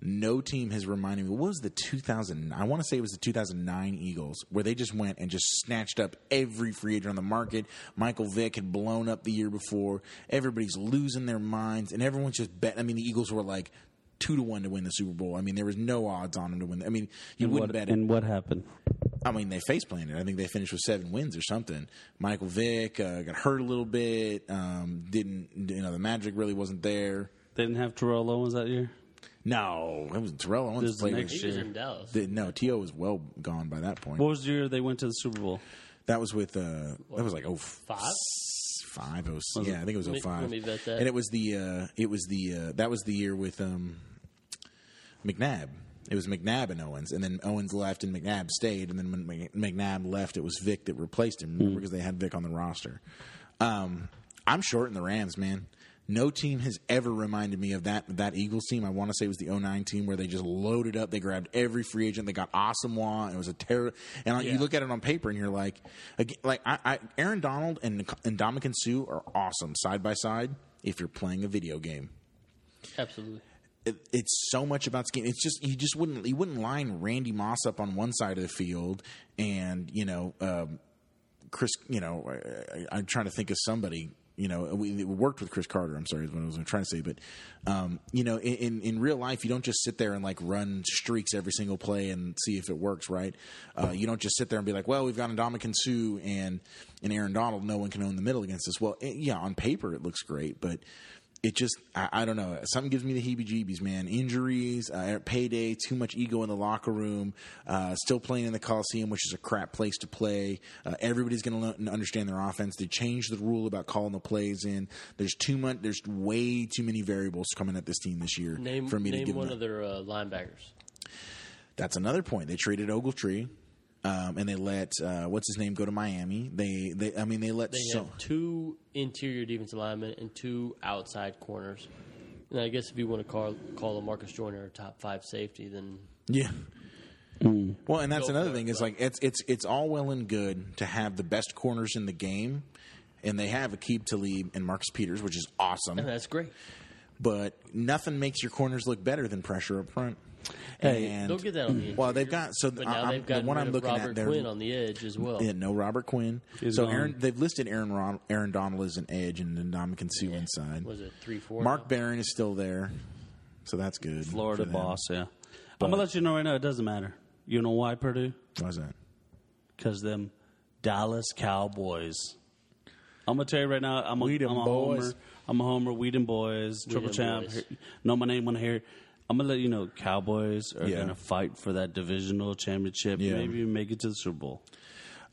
[SPEAKER 1] no team has reminded me. What was the 2000? I want to say it was the 2009 Eagles where they just went and just snatched up every free agent on the market. Michael Vick had blown up the year before. Everybody's losing their minds and everyone's just betting. I mean, the Eagles were like two to one to win the Super Bowl. I mean, there was no odds on them to win. I mean, you wouldn't
[SPEAKER 2] What,
[SPEAKER 1] bet it.
[SPEAKER 2] and what happened?
[SPEAKER 1] I mean, they face planted. I think they finished with seven wins or something. Michael Vick uh, got hurt a little bit. Um, didn't you know the magic really wasn't there?
[SPEAKER 2] They didn't have Terrell Owens that year.
[SPEAKER 1] No, it was Terrell
[SPEAKER 2] This
[SPEAKER 1] Owens
[SPEAKER 2] is
[SPEAKER 1] played.
[SPEAKER 2] the
[SPEAKER 1] with
[SPEAKER 2] next
[SPEAKER 1] shit.
[SPEAKER 3] He was in Dallas.
[SPEAKER 1] The- no, To was well gone by that point.
[SPEAKER 2] What was the year they went to the Super Bowl?
[SPEAKER 1] that was with uh, that was like oh
[SPEAKER 3] Five?
[SPEAKER 1] five oh yeah, I think it was
[SPEAKER 3] Let
[SPEAKER 1] oh
[SPEAKER 3] me-
[SPEAKER 1] five.
[SPEAKER 3] let me bet that.
[SPEAKER 1] And it was the uh, it was the uh, that was the year with um, McNabb. It was McNabb and Owens, and then Owens left and McNabb stayed, and then when Mc- McNabb left, it was Vic that replaced him.
[SPEAKER 3] Hmm.
[SPEAKER 1] Remember, because they had Vic on the roster. Um, I'm shorting the Rams, man. No team has ever reminded me of that that Eagles team. I want to say it was the 09 team where they just loaded up. They grabbed every free agent. They got Asamoah. It was a terror. And like, you
[SPEAKER 2] Yeah.
[SPEAKER 1] look at it on paper, and you're like, again, like I, I, Aaron Donald and and Dominican Sue are awesome side by side. If you're playing a video game,
[SPEAKER 3] Absolutely.
[SPEAKER 1] it, it's so much about scheme. It's just you just wouldn't you wouldn't line Randy Moss up on one side of the field and you know um, Chris. You know I, I, I'm trying to think of somebody. You know we, we worked with Chris Carter. I'm sorry is what I was trying to say, but um, you know in, in in real life you don't just sit there and like run streaks every single play and see if it works right. Uh, you don't just sit there and be like, well we've got Ndamukong Sue and and Aaron Donald. No one can own the middle against us. Well it, yeah on paper it looks great, but it just I, I don't know something gives me the heebie-jeebies man injuries uh, payday too much ego in the locker room uh, still playing in the coliseum which is a crap place to play uh, everybody's going to understand their offense they changed the rule about calling the plays in there's too much there's way too many variables coming at this team this year
[SPEAKER 3] Name
[SPEAKER 1] for me to
[SPEAKER 3] name
[SPEAKER 1] give
[SPEAKER 3] one
[SPEAKER 1] them
[SPEAKER 3] of their uh, linebackers.
[SPEAKER 1] that's another point. They traded Ogletree, um, and they let uh, what's his name go to Miami. They, they I mean, they let
[SPEAKER 3] They
[SPEAKER 1] so
[SPEAKER 3] have two interior defensive linemen and two outside corners. And I guess if you want to call call a Marcus Joyner a top five safety, then
[SPEAKER 1] Yeah.
[SPEAKER 2] Mm.
[SPEAKER 1] Well, and that's
[SPEAKER 3] Go
[SPEAKER 1] another
[SPEAKER 3] for it,
[SPEAKER 1] thing is like it's it's it's all well and good to have the best corners in the game, and they have Akib Talib and Marcus Peters, which is awesome.
[SPEAKER 3] that's great.
[SPEAKER 1] But nothing makes your corners look better than pressure up front.
[SPEAKER 2] Hey,
[SPEAKER 1] and
[SPEAKER 3] They'll get that on the
[SPEAKER 1] well,
[SPEAKER 3] interior.
[SPEAKER 1] they've got so
[SPEAKER 3] But
[SPEAKER 1] I-
[SPEAKER 3] now
[SPEAKER 1] I'm-
[SPEAKER 3] they've
[SPEAKER 1] the
[SPEAKER 3] got
[SPEAKER 1] one I'm looking
[SPEAKER 3] Robert
[SPEAKER 1] at they're
[SPEAKER 3] Quinn on the edge as well.
[SPEAKER 1] yeah, no Robert Quinn.
[SPEAKER 2] He's
[SPEAKER 1] so
[SPEAKER 2] gone.
[SPEAKER 1] Aaron, they've listed Aaron Ron, Aaron Donald as an edge and Ndamukong can see inside.
[SPEAKER 3] Was it three four?
[SPEAKER 1] Mark
[SPEAKER 3] now?
[SPEAKER 1] Barron is still there, so that's good.
[SPEAKER 2] Florida
[SPEAKER 1] for them.
[SPEAKER 2] boss, yeah. I'm gonna let you know right now. It doesn't matter. You know why Purdue?
[SPEAKER 1] Why's that?
[SPEAKER 2] Because them Dallas Cowboys. I'm gonna tell you right now. I'm a, I'm
[SPEAKER 1] them
[SPEAKER 2] a
[SPEAKER 1] boys.
[SPEAKER 2] homer. I'm a homer. Weedon boys, triple
[SPEAKER 3] them
[SPEAKER 2] champ.
[SPEAKER 3] boys.
[SPEAKER 2] Here- Know my name when I hear. it. I'm gonna let you know. Cowboys are
[SPEAKER 1] Yeah.
[SPEAKER 2] gonna fight for that divisional championship.
[SPEAKER 1] Yeah.
[SPEAKER 2] Maybe make it to the Super Bowl.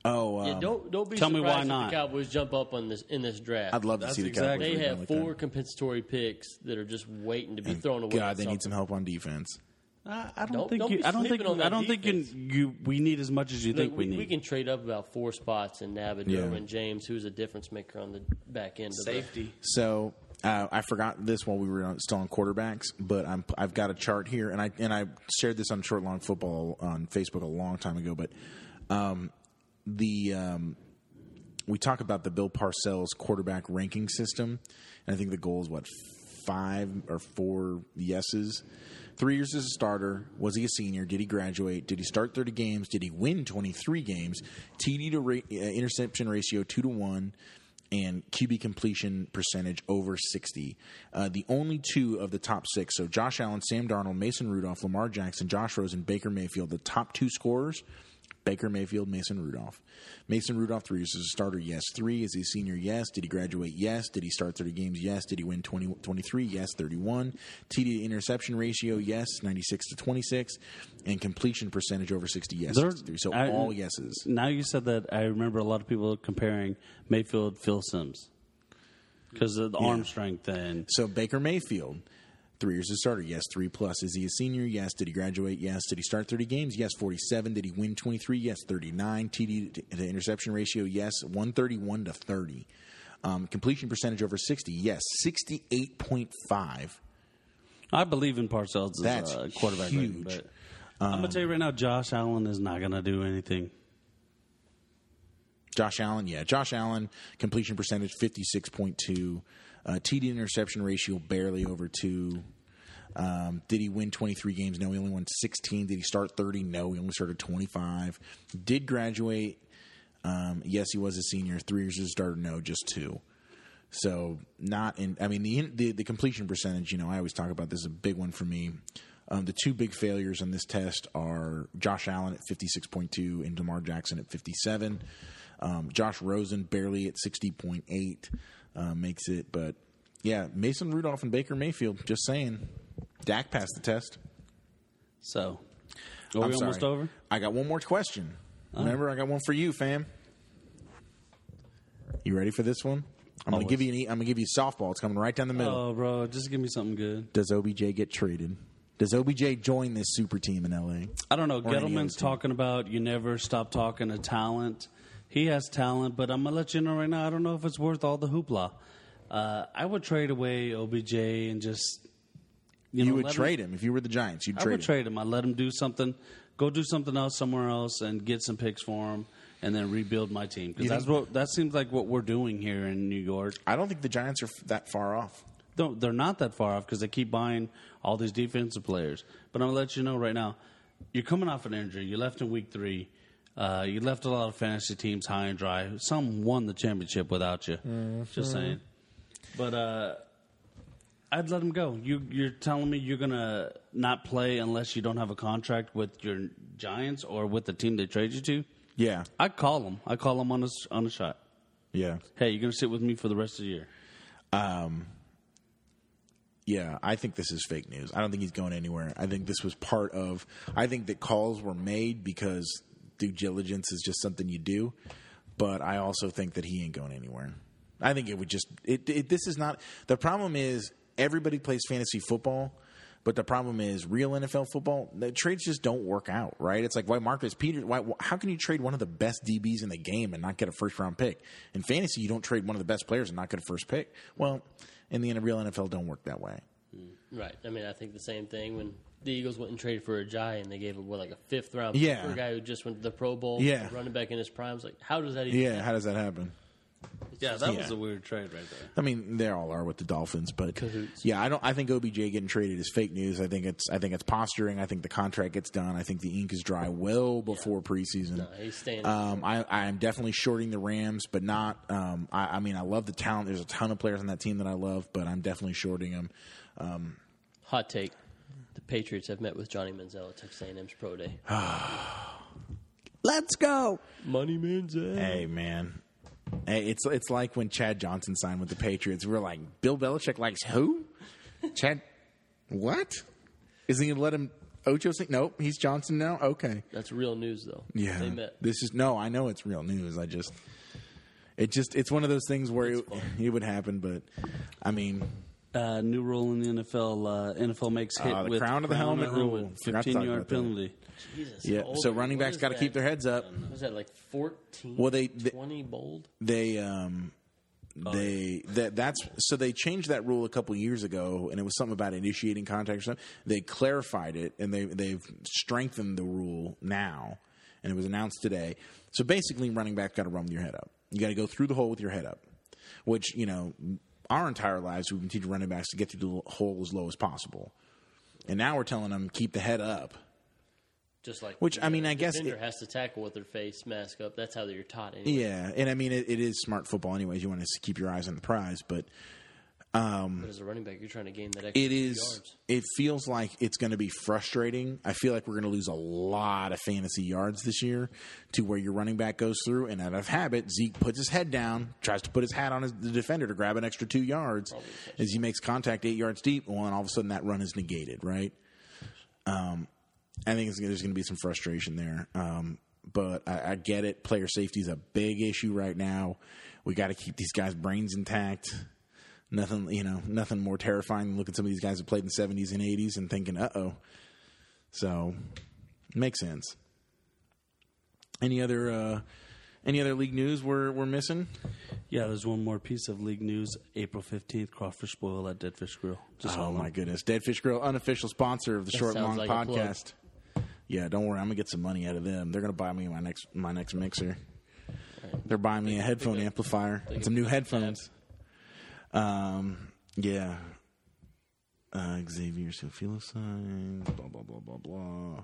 [SPEAKER 1] Oh, um,
[SPEAKER 3] Yeah, don't don't be
[SPEAKER 2] Tell me
[SPEAKER 3] surprised
[SPEAKER 2] why
[SPEAKER 3] if
[SPEAKER 2] not.
[SPEAKER 3] the Cowboys jump up on this in this draft.
[SPEAKER 1] I'd love to
[SPEAKER 2] That's
[SPEAKER 1] see the
[SPEAKER 2] exactly-
[SPEAKER 1] Cowboys.
[SPEAKER 3] They
[SPEAKER 1] rebound
[SPEAKER 3] have
[SPEAKER 1] like that.
[SPEAKER 3] four compensatory picks that are just waiting to be
[SPEAKER 1] And
[SPEAKER 3] thrown away.
[SPEAKER 1] God,
[SPEAKER 3] at
[SPEAKER 1] they need some
[SPEAKER 3] something.
[SPEAKER 1] help on defense.
[SPEAKER 2] I, I don't,
[SPEAKER 3] Don't-
[SPEAKER 2] think
[SPEAKER 3] don't
[SPEAKER 2] you.
[SPEAKER 3] be
[SPEAKER 2] I don't think.
[SPEAKER 3] sleeping on
[SPEAKER 2] I
[SPEAKER 3] that
[SPEAKER 2] don't think you,
[SPEAKER 3] defense.
[SPEAKER 2] you. We need as much as you
[SPEAKER 3] Look,
[SPEAKER 2] think we,
[SPEAKER 3] we,
[SPEAKER 2] need.
[SPEAKER 3] we can trade up about four spots in Nabadurham
[SPEAKER 1] Yeah.
[SPEAKER 3] and James, who's a difference maker on the back end. Of the,
[SPEAKER 1] So uh, I forgot this while we were on, still on quarterbacks, but I'm, I've got a chart here, and I and I shared this on Short Long Football on Facebook a long time ago. But um, the um, we talk about the Bill Parcells quarterback ranking system, and I think the goal is what five or four yeses. Three years as a starter. Was he a senior? Did he graduate? Did he start 30 games? Did he win 23 games? TD to ra- uh, interception ratio 2 to 1 and QB completion percentage over 60. Uh, the only two of the top six, so Josh Allen, Sam Darnold, Mason Rudolph, Lamar Jackson, Josh Rosen, Baker Mayfield, the top two scorers. Baker Mayfield, Mason Rudolph. Mason Rudolph, three years as a starter, yes. Three, is he a senior, yes. Did he graduate, yes. Did he start 30 games, yes. Did he win 20, 23, yes. 31. TD to interception ratio, yes. 96 to 26. And completion percentage over 60, yes.
[SPEAKER 2] There-
[SPEAKER 1] 63. So
[SPEAKER 2] I-
[SPEAKER 1] all yeses.
[SPEAKER 2] Now you said that, I remember a lot of people comparing Mayfield Phil Sims because of the arm strength and
[SPEAKER 1] So Baker Mayfield, three years as a starter, yes. Three plus. Is he a senior? Yes. Did he graduate? Yes. Did he start thirty games? Yes. Forty seven. Did he win twenty three? Yes. Thirty nine. TD to- to interception ratio? Yes. One thirty one to thirty. Um, completion percentage over sixty? Yes. Sixty eight point five.
[SPEAKER 2] I believe in Parcells
[SPEAKER 1] That's
[SPEAKER 2] as a uh, quarterback.
[SPEAKER 1] huge. Um,
[SPEAKER 2] Rating, but I'm gonna tell you right now, Josh Allen is not gonna do anything.
[SPEAKER 1] Josh Allen, yeah. Josh Allen, completion percentage 56.2. Uh, TD interception ratio barely over two. Um, did he win 23 games? No, he only won 16. Did he start 30? No, he only started 25. Did graduate? Um, yes, he was a senior. Three years as a starter? No, just two. So not in. I mean the the, the completion percentage. You know, I always talk about this is a big one for me. Um, the two big failures on this test are Josh Allen at fifty six point two and Demar Jackson at fifty seven. Um, Josh Rosen barely at sixty point eight uh, makes it, but yeah, Mason Rudolph and Baker Mayfield. Just saying, Dak passed the test.
[SPEAKER 2] So are we
[SPEAKER 1] I'm
[SPEAKER 2] almost
[SPEAKER 1] sorry.
[SPEAKER 2] over? Uh.
[SPEAKER 1] I got one more question. Remember, I got one for you, fam. You ready for this one? I'm gonna
[SPEAKER 2] Always.
[SPEAKER 1] give you. An, e- I'm gonna give you a softball. It's coming right down the middle.
[SPEAKER 2] Oh, bro, just give me something good.
[SPEAKER 1] Does OBJ get traded? Does OBJ join this super team in LA?
[SPEAKER 2] I don't know.
[SPEAKER 1] any other
[SPEAKER 2] Gettleman's
[SPEAKER 1] team.
[SPEAKER 2] talking about you never stop talking to talent. He has talent, but I'm gonna let you know right now. I don't know if it's worth all the hoopla. Uh, I would trade away OBJ and just
[SPEAKER 1] You,
[SPEAKER 2] know,
[SPEAKER 1] would
[SPEAKER 2] let him-
[SPEAKER 1] trade him. if you were the Giants. You'd
[SPEAKER 2] I
[SPEAKER 1] trade
[SPEAKER 2] would
[SPEAKER 1] him.
[SPEAKER 2] trade him. I let him do something, go do something else somewhere else, and get some picks for him, and then rebuild my team because that's what that seems like what we're doing here in New York.
[SPEAKER 1] I don't think the Giants are f- that far off.
[SPEAKER 2] Don't, they're not that far off because they keep buying all these defensive players. But I'm gonna let you know right now, you're coming off an injury. You left in week three. Uh, you left a lot of fantasy teams high and dry. Some won the championship without you. Just saying. But uh, I'd let him go. You, you're telling me you're gonna not play unless you don't have a contract with your Giants or with the team they trade you to.
[SPEAKER 1] Yeah,
[SPEAKER 2] I call him. I call him on a s- on a shot.
[SPEAKER 1] yeah,
[SPEAKER 2] Hey, you're gonna sit with me for the rest of the year.
[SPEAKER 1] yeah. I think this is fake news. I don't think he's going anywhere. I think this was part of. I think that calls were made because due diligence is just something you do. But I also think that he ain't going anywhere. I think it would just. It, it this is not the problem. Is everybody plays fantasy football. But the problem is real NFL football. The trades just don't work out, right? It's like why Marcus Peters. Why? wh- How can you trade one of the best DBs in the game and not get a first round pick? In fantasy, you don't trade one of the best players and not get a first pick. Well, in the real NFL, don't work that way.
[SPEAKER 3] Right. I mean, I think the same thing when the Eagles went and traded for a giant, they gave him what like a fifth round pick
[SPEAKER 1] Yeah.
[SPEAKER 3] for a guy who just went to the Pro Bowl,
[SPEAKER 1] Yeah.
[SPEAKER 3] running back in his prime. It's like, how does that even?
[SPEAKER 1] Yeah, how does that happen?
[SPEAKER 2] Yeah, that
[SPEAKER 1] Yeah.
[SPEAKER 2] was a weird trade right there.
[SPEAKER 1] I mean, they all are with the Dolphins, but
[SPEAKER 3] Cahoots.
[SPEAKER 1] yeah, I don't. I think OBJ getting traded is fake news. I think it's. I think it's posturing. I think the contract gets done. I think the ink is dry well before preseason.
[SPEAKER 3] No, he's staying.
[SPEAKER 1] Um, I, I am definitely shorting the Rams, but not. Um, I, I mean, I love the talent. There's a ton of players on that team that I love, but I'm definitely shorting them.
[SPEAKER 3] Hot take: the Patriots have met with Johnny Manziel at Texas A&M's pro day.
[SPEAKER 1] Uh, Let's go.
[SPEAKER 3] Money Manziel.
[SPEAKER 1] Hey man, hey, it's it's like when Chad Johnson signed with the Patriots. We're like, Bill Belichick likes who? Chad, what? Is he gonna let him? Ocho sing? Nope, he's Johnson now. Okay.
[SPEAKER 3] That's real news, though.
[SPEAKER 1] Yeah.
[SPEAKER 3] they met.
[SPEAKER 1] This is no, I know it's real news. I just it just it's one of those things where it, it would happen, but I mean,
[SPEAKER 2] uh, new rule in the NFL. Uh, NFL makes hit
[SPEAKER 1] Ah, the
[SPEAKER 2] with
[SPEAKER 1] crown of the helmet rule. Forgot to
[SPEAKER 2] fifteen
[SPEAKER 1] talk
[SPEAKER 2] yard
[SPEAKER 1] about that.
[SPEAKER 2] penalty.
[SPEAKER 3] Jesus.
[SPEAKER 1] yeah.
[SPEAKER 3] how old
[SPEAKER 1] So
[SPEAKER 3] are-
[SPEAKER 1] running
[SPEAKER 3] what
[SPEAKER 1] backs
[SPEAKER 3] is
[SPEAKER 1] got to
[SPEAKER 3] that? Um,
[SPEAKER 1] keep their heads up.
[SPEAKER 3] Was that like fourteen?
[SPEAKER 1] Well, they- they-
[SPEAKER 3] twenty bold.
[SPEAKER 1] They um
[SPEAKER 3] Oh,
[SPEAKER 1] they that that's so they changed that rule a couple years ago, and it was something about initiating contact or something. They clarified it, and they they've strengthened the rule now, and it was announced today. So basically, running back got to run with your head up. You got to go through the hole with your head up. which you know our entire lives we've been teaching running backs to get through the hole as low as possible. And now we're telling them keep the head up.
[SPEAKER 3] Just like
[SPEAKER 1] Which, I mean, I guess
[SPEAKER 3] defender
[SPEAKER 1] it-
[SPEAKER 3] has to tackle with their face mask up. That's how you're taught. Anyway.
[SPEAKER 1] Yeah, and I mean it, it is smart football, anyways. You want to keep your eyes on the prize, but
[SPEAKER 3] But as a running back, you're trying to gain that extra
[SPEAKER 1] Mm. it
[SPEAKER 3] few
[SPEAKER 1] is.
[SPEAKER 3] yards.
[SPEAKER 1] It feels like it's going to be frustrating. I feel like we're going to lose a lot of fantasy yards this year to where your running back goes through, and out of habit, Zeke puts his head down, tries to put his hat on his, the defender to grab an extra two yards as he makes contact eight yards deep. Well, and all of a sudden that run is negated, right? Um, I think it's, there's going to be some frustration there. Um, but I, I get it. Player safety is a big issue right now. We got to keep these guys' brains intact. Nothing, you know, nothing more terrifying than looking at some of these guys that played in the 70s and 80s and thinking, uh oh. So, makes sense. Any other, uh, any other league news we're we're missing?
[SPEAKER 2] Yeah, there's one more piece of league news. April 15th, crawfish boil at Deadfish Grill. Just
[SPEAKER 1] Oh my goodness, Deadfish Grill, unofficial sponsor of the Short
[SPEAKER 3] sounds
[SPEAKER 1] Long
[SPEAKER 3] like a plug.
[SPEAKER 1] Podcast. Yeah, don't worry, I'm gonna get some money out of them. They're gonna buy me my next my next mixer. They're buying me a headphone amplifier and some new headphones. Um, yeah. Uh, Xavier Sofilo signs. Blah blah blah blah blah.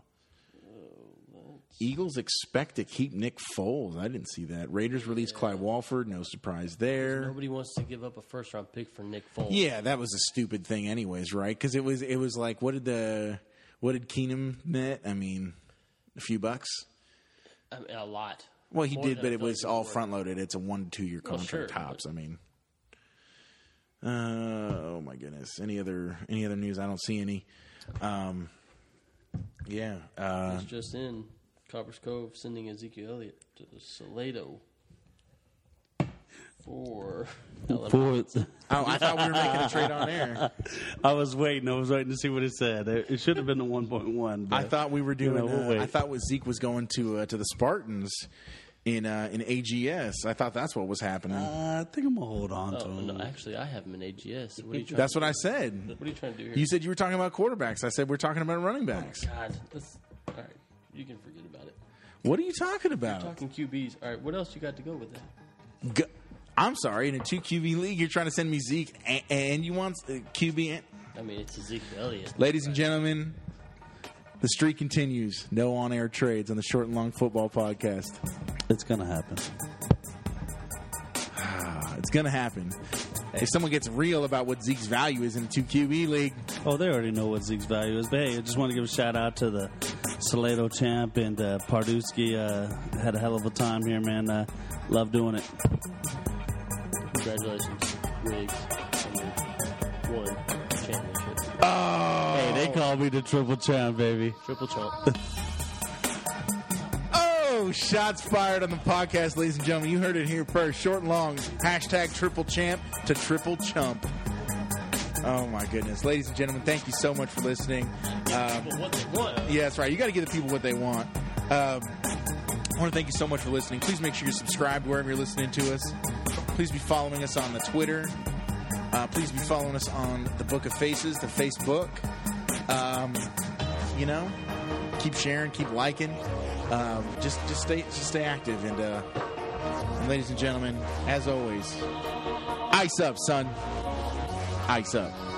[SPEAKER 1] Eagles expect to keep Nick Foles. I didn't see that. Raiders release Clyde Walford. No surprise there.
[SPEAKER 3] Nobody wants to give up a first round pick for Nick Foles.
[SPEAKER 1] Yeah, that was a stupid thing, anyways, right? Because it was it was like, what did the what did Keenum net? I mean, a few bucks.
[SPEAKER 3] I mean, a lot.
[SPEAKER 1] Well, he
[SPEAKER 3] More
[SPEAKER 1] did,
[SPEAKER 3] than
[SPEAKER 1] but
[SPEAKER 3] I
[SPEAKER 1] it
[SPEAKER 3] thought
[SPEAKER 1] was
[SPEAKER 3] he
[SPEAKER 1] all
[SPEAKER 3] would.
[SPEAKER 1] front loaded. It's a one to two year contract
[SPEAKER 3] sure,
[SPEAKER 1] tops. I mean, uh, oh my goodness. Any other any other news? I don't see any. Um, yeah, uh,
[SPEAKER 3] It's just in Copper's Cove sending Ezekiel Elliott to Salado for
[SPEAKER 2] Fourth.
[SPEAKER 1] oh, I thought we were making a trade on air.
[SPEAKER 2] I was waiting. I was waiting to see what it said. It it should have been the 1.1.
[SPEAKER 1] I
[SPEAKER 2] but-
[SPEAKER 1] thought we were
[SPEAKER 2] You
[SPEAKER 1] doing.
[SPEAKER 2] know, we'll
[SPEAKER 1] uh,
[SPEAKER 2] wait.
[SPEAKER 1] I thought what Zeke was going to uh, to the Spartans in uh, in AGS. I thought that's what was happening.
[SPEAKER 2] Uh, I think I'm gonna hold on to
[SPEAKER 3] Oh,
[SPEAKER 2] him.
[SPEAKER 3] no, actually, I have him in AGS. What are you trying?
[SPEAKER 1] That's what I said.
[SPEAKER 3] what are you trying to do here?
[SPEAKER 1] You said you were talking about quarterbacks. I said we're talking about running backs.
[SPEAKER 3] God, that's all right. You can forget about it.
[SPEAKER 1] What are you talking about?
[SPEAKER 3] Talking QBs. All right, what else you got to go with that?
[SPEAKER 1] G- I'm sorry. In a two QB league, you're trying to send me Zeke, and, and you want uh, QB. And-
[SPEAKER 3] I mean, it's Ezekiel Elliott.
[SPEAKER 1] Ladies and gentlemen, the streak continues. No on-air trades on the Short and Long Football Podcast.
[SPEAKER 2] It's gonna happen.
[SPEAKER 1] Ah, it's gonna happen. If someone gets real about what Zeke's value is in a two QB league,
[SPEAKER 2] Oh, they already know what Zeke's value is. But hey, I just want to give a shout out to the Salado champ and uh, Pardusky. Uh, had a hell of a time here, man. Uh, love doing it.
[SPEAKER 3] Congratulations, Riggs. on your One championship,
[SPEAKER 1] oh,
[SPEAKER 2] Hey, they call me the triple champ, baby.
[SPEAKER 3] triple chump.
[SPEAKER 1] Oh, shots fired on the podcast, ladies and gentlemen. You heard it here first. Short and long. Hashtag triple champ to triple chump. Oh, my goodness. Ladies and gentlemen, thank you so much for listening. Um,
[SPEAKER 3] What they want?
[SPEAKER 1] yeah, that's right. You got to give the people what they want. Um, I want to thank you so much for listening. Please make sure you're subscribed wherever you're listening to us. Please be following us on the Twitter. Uh, please be following us on the Book of Faces, the Facebook. Um, you know, keep sharing, keep liking. Um, just, just stay, just stay active. And, uh, and ladies and gentlemen, as always, ice up, son. Ice up.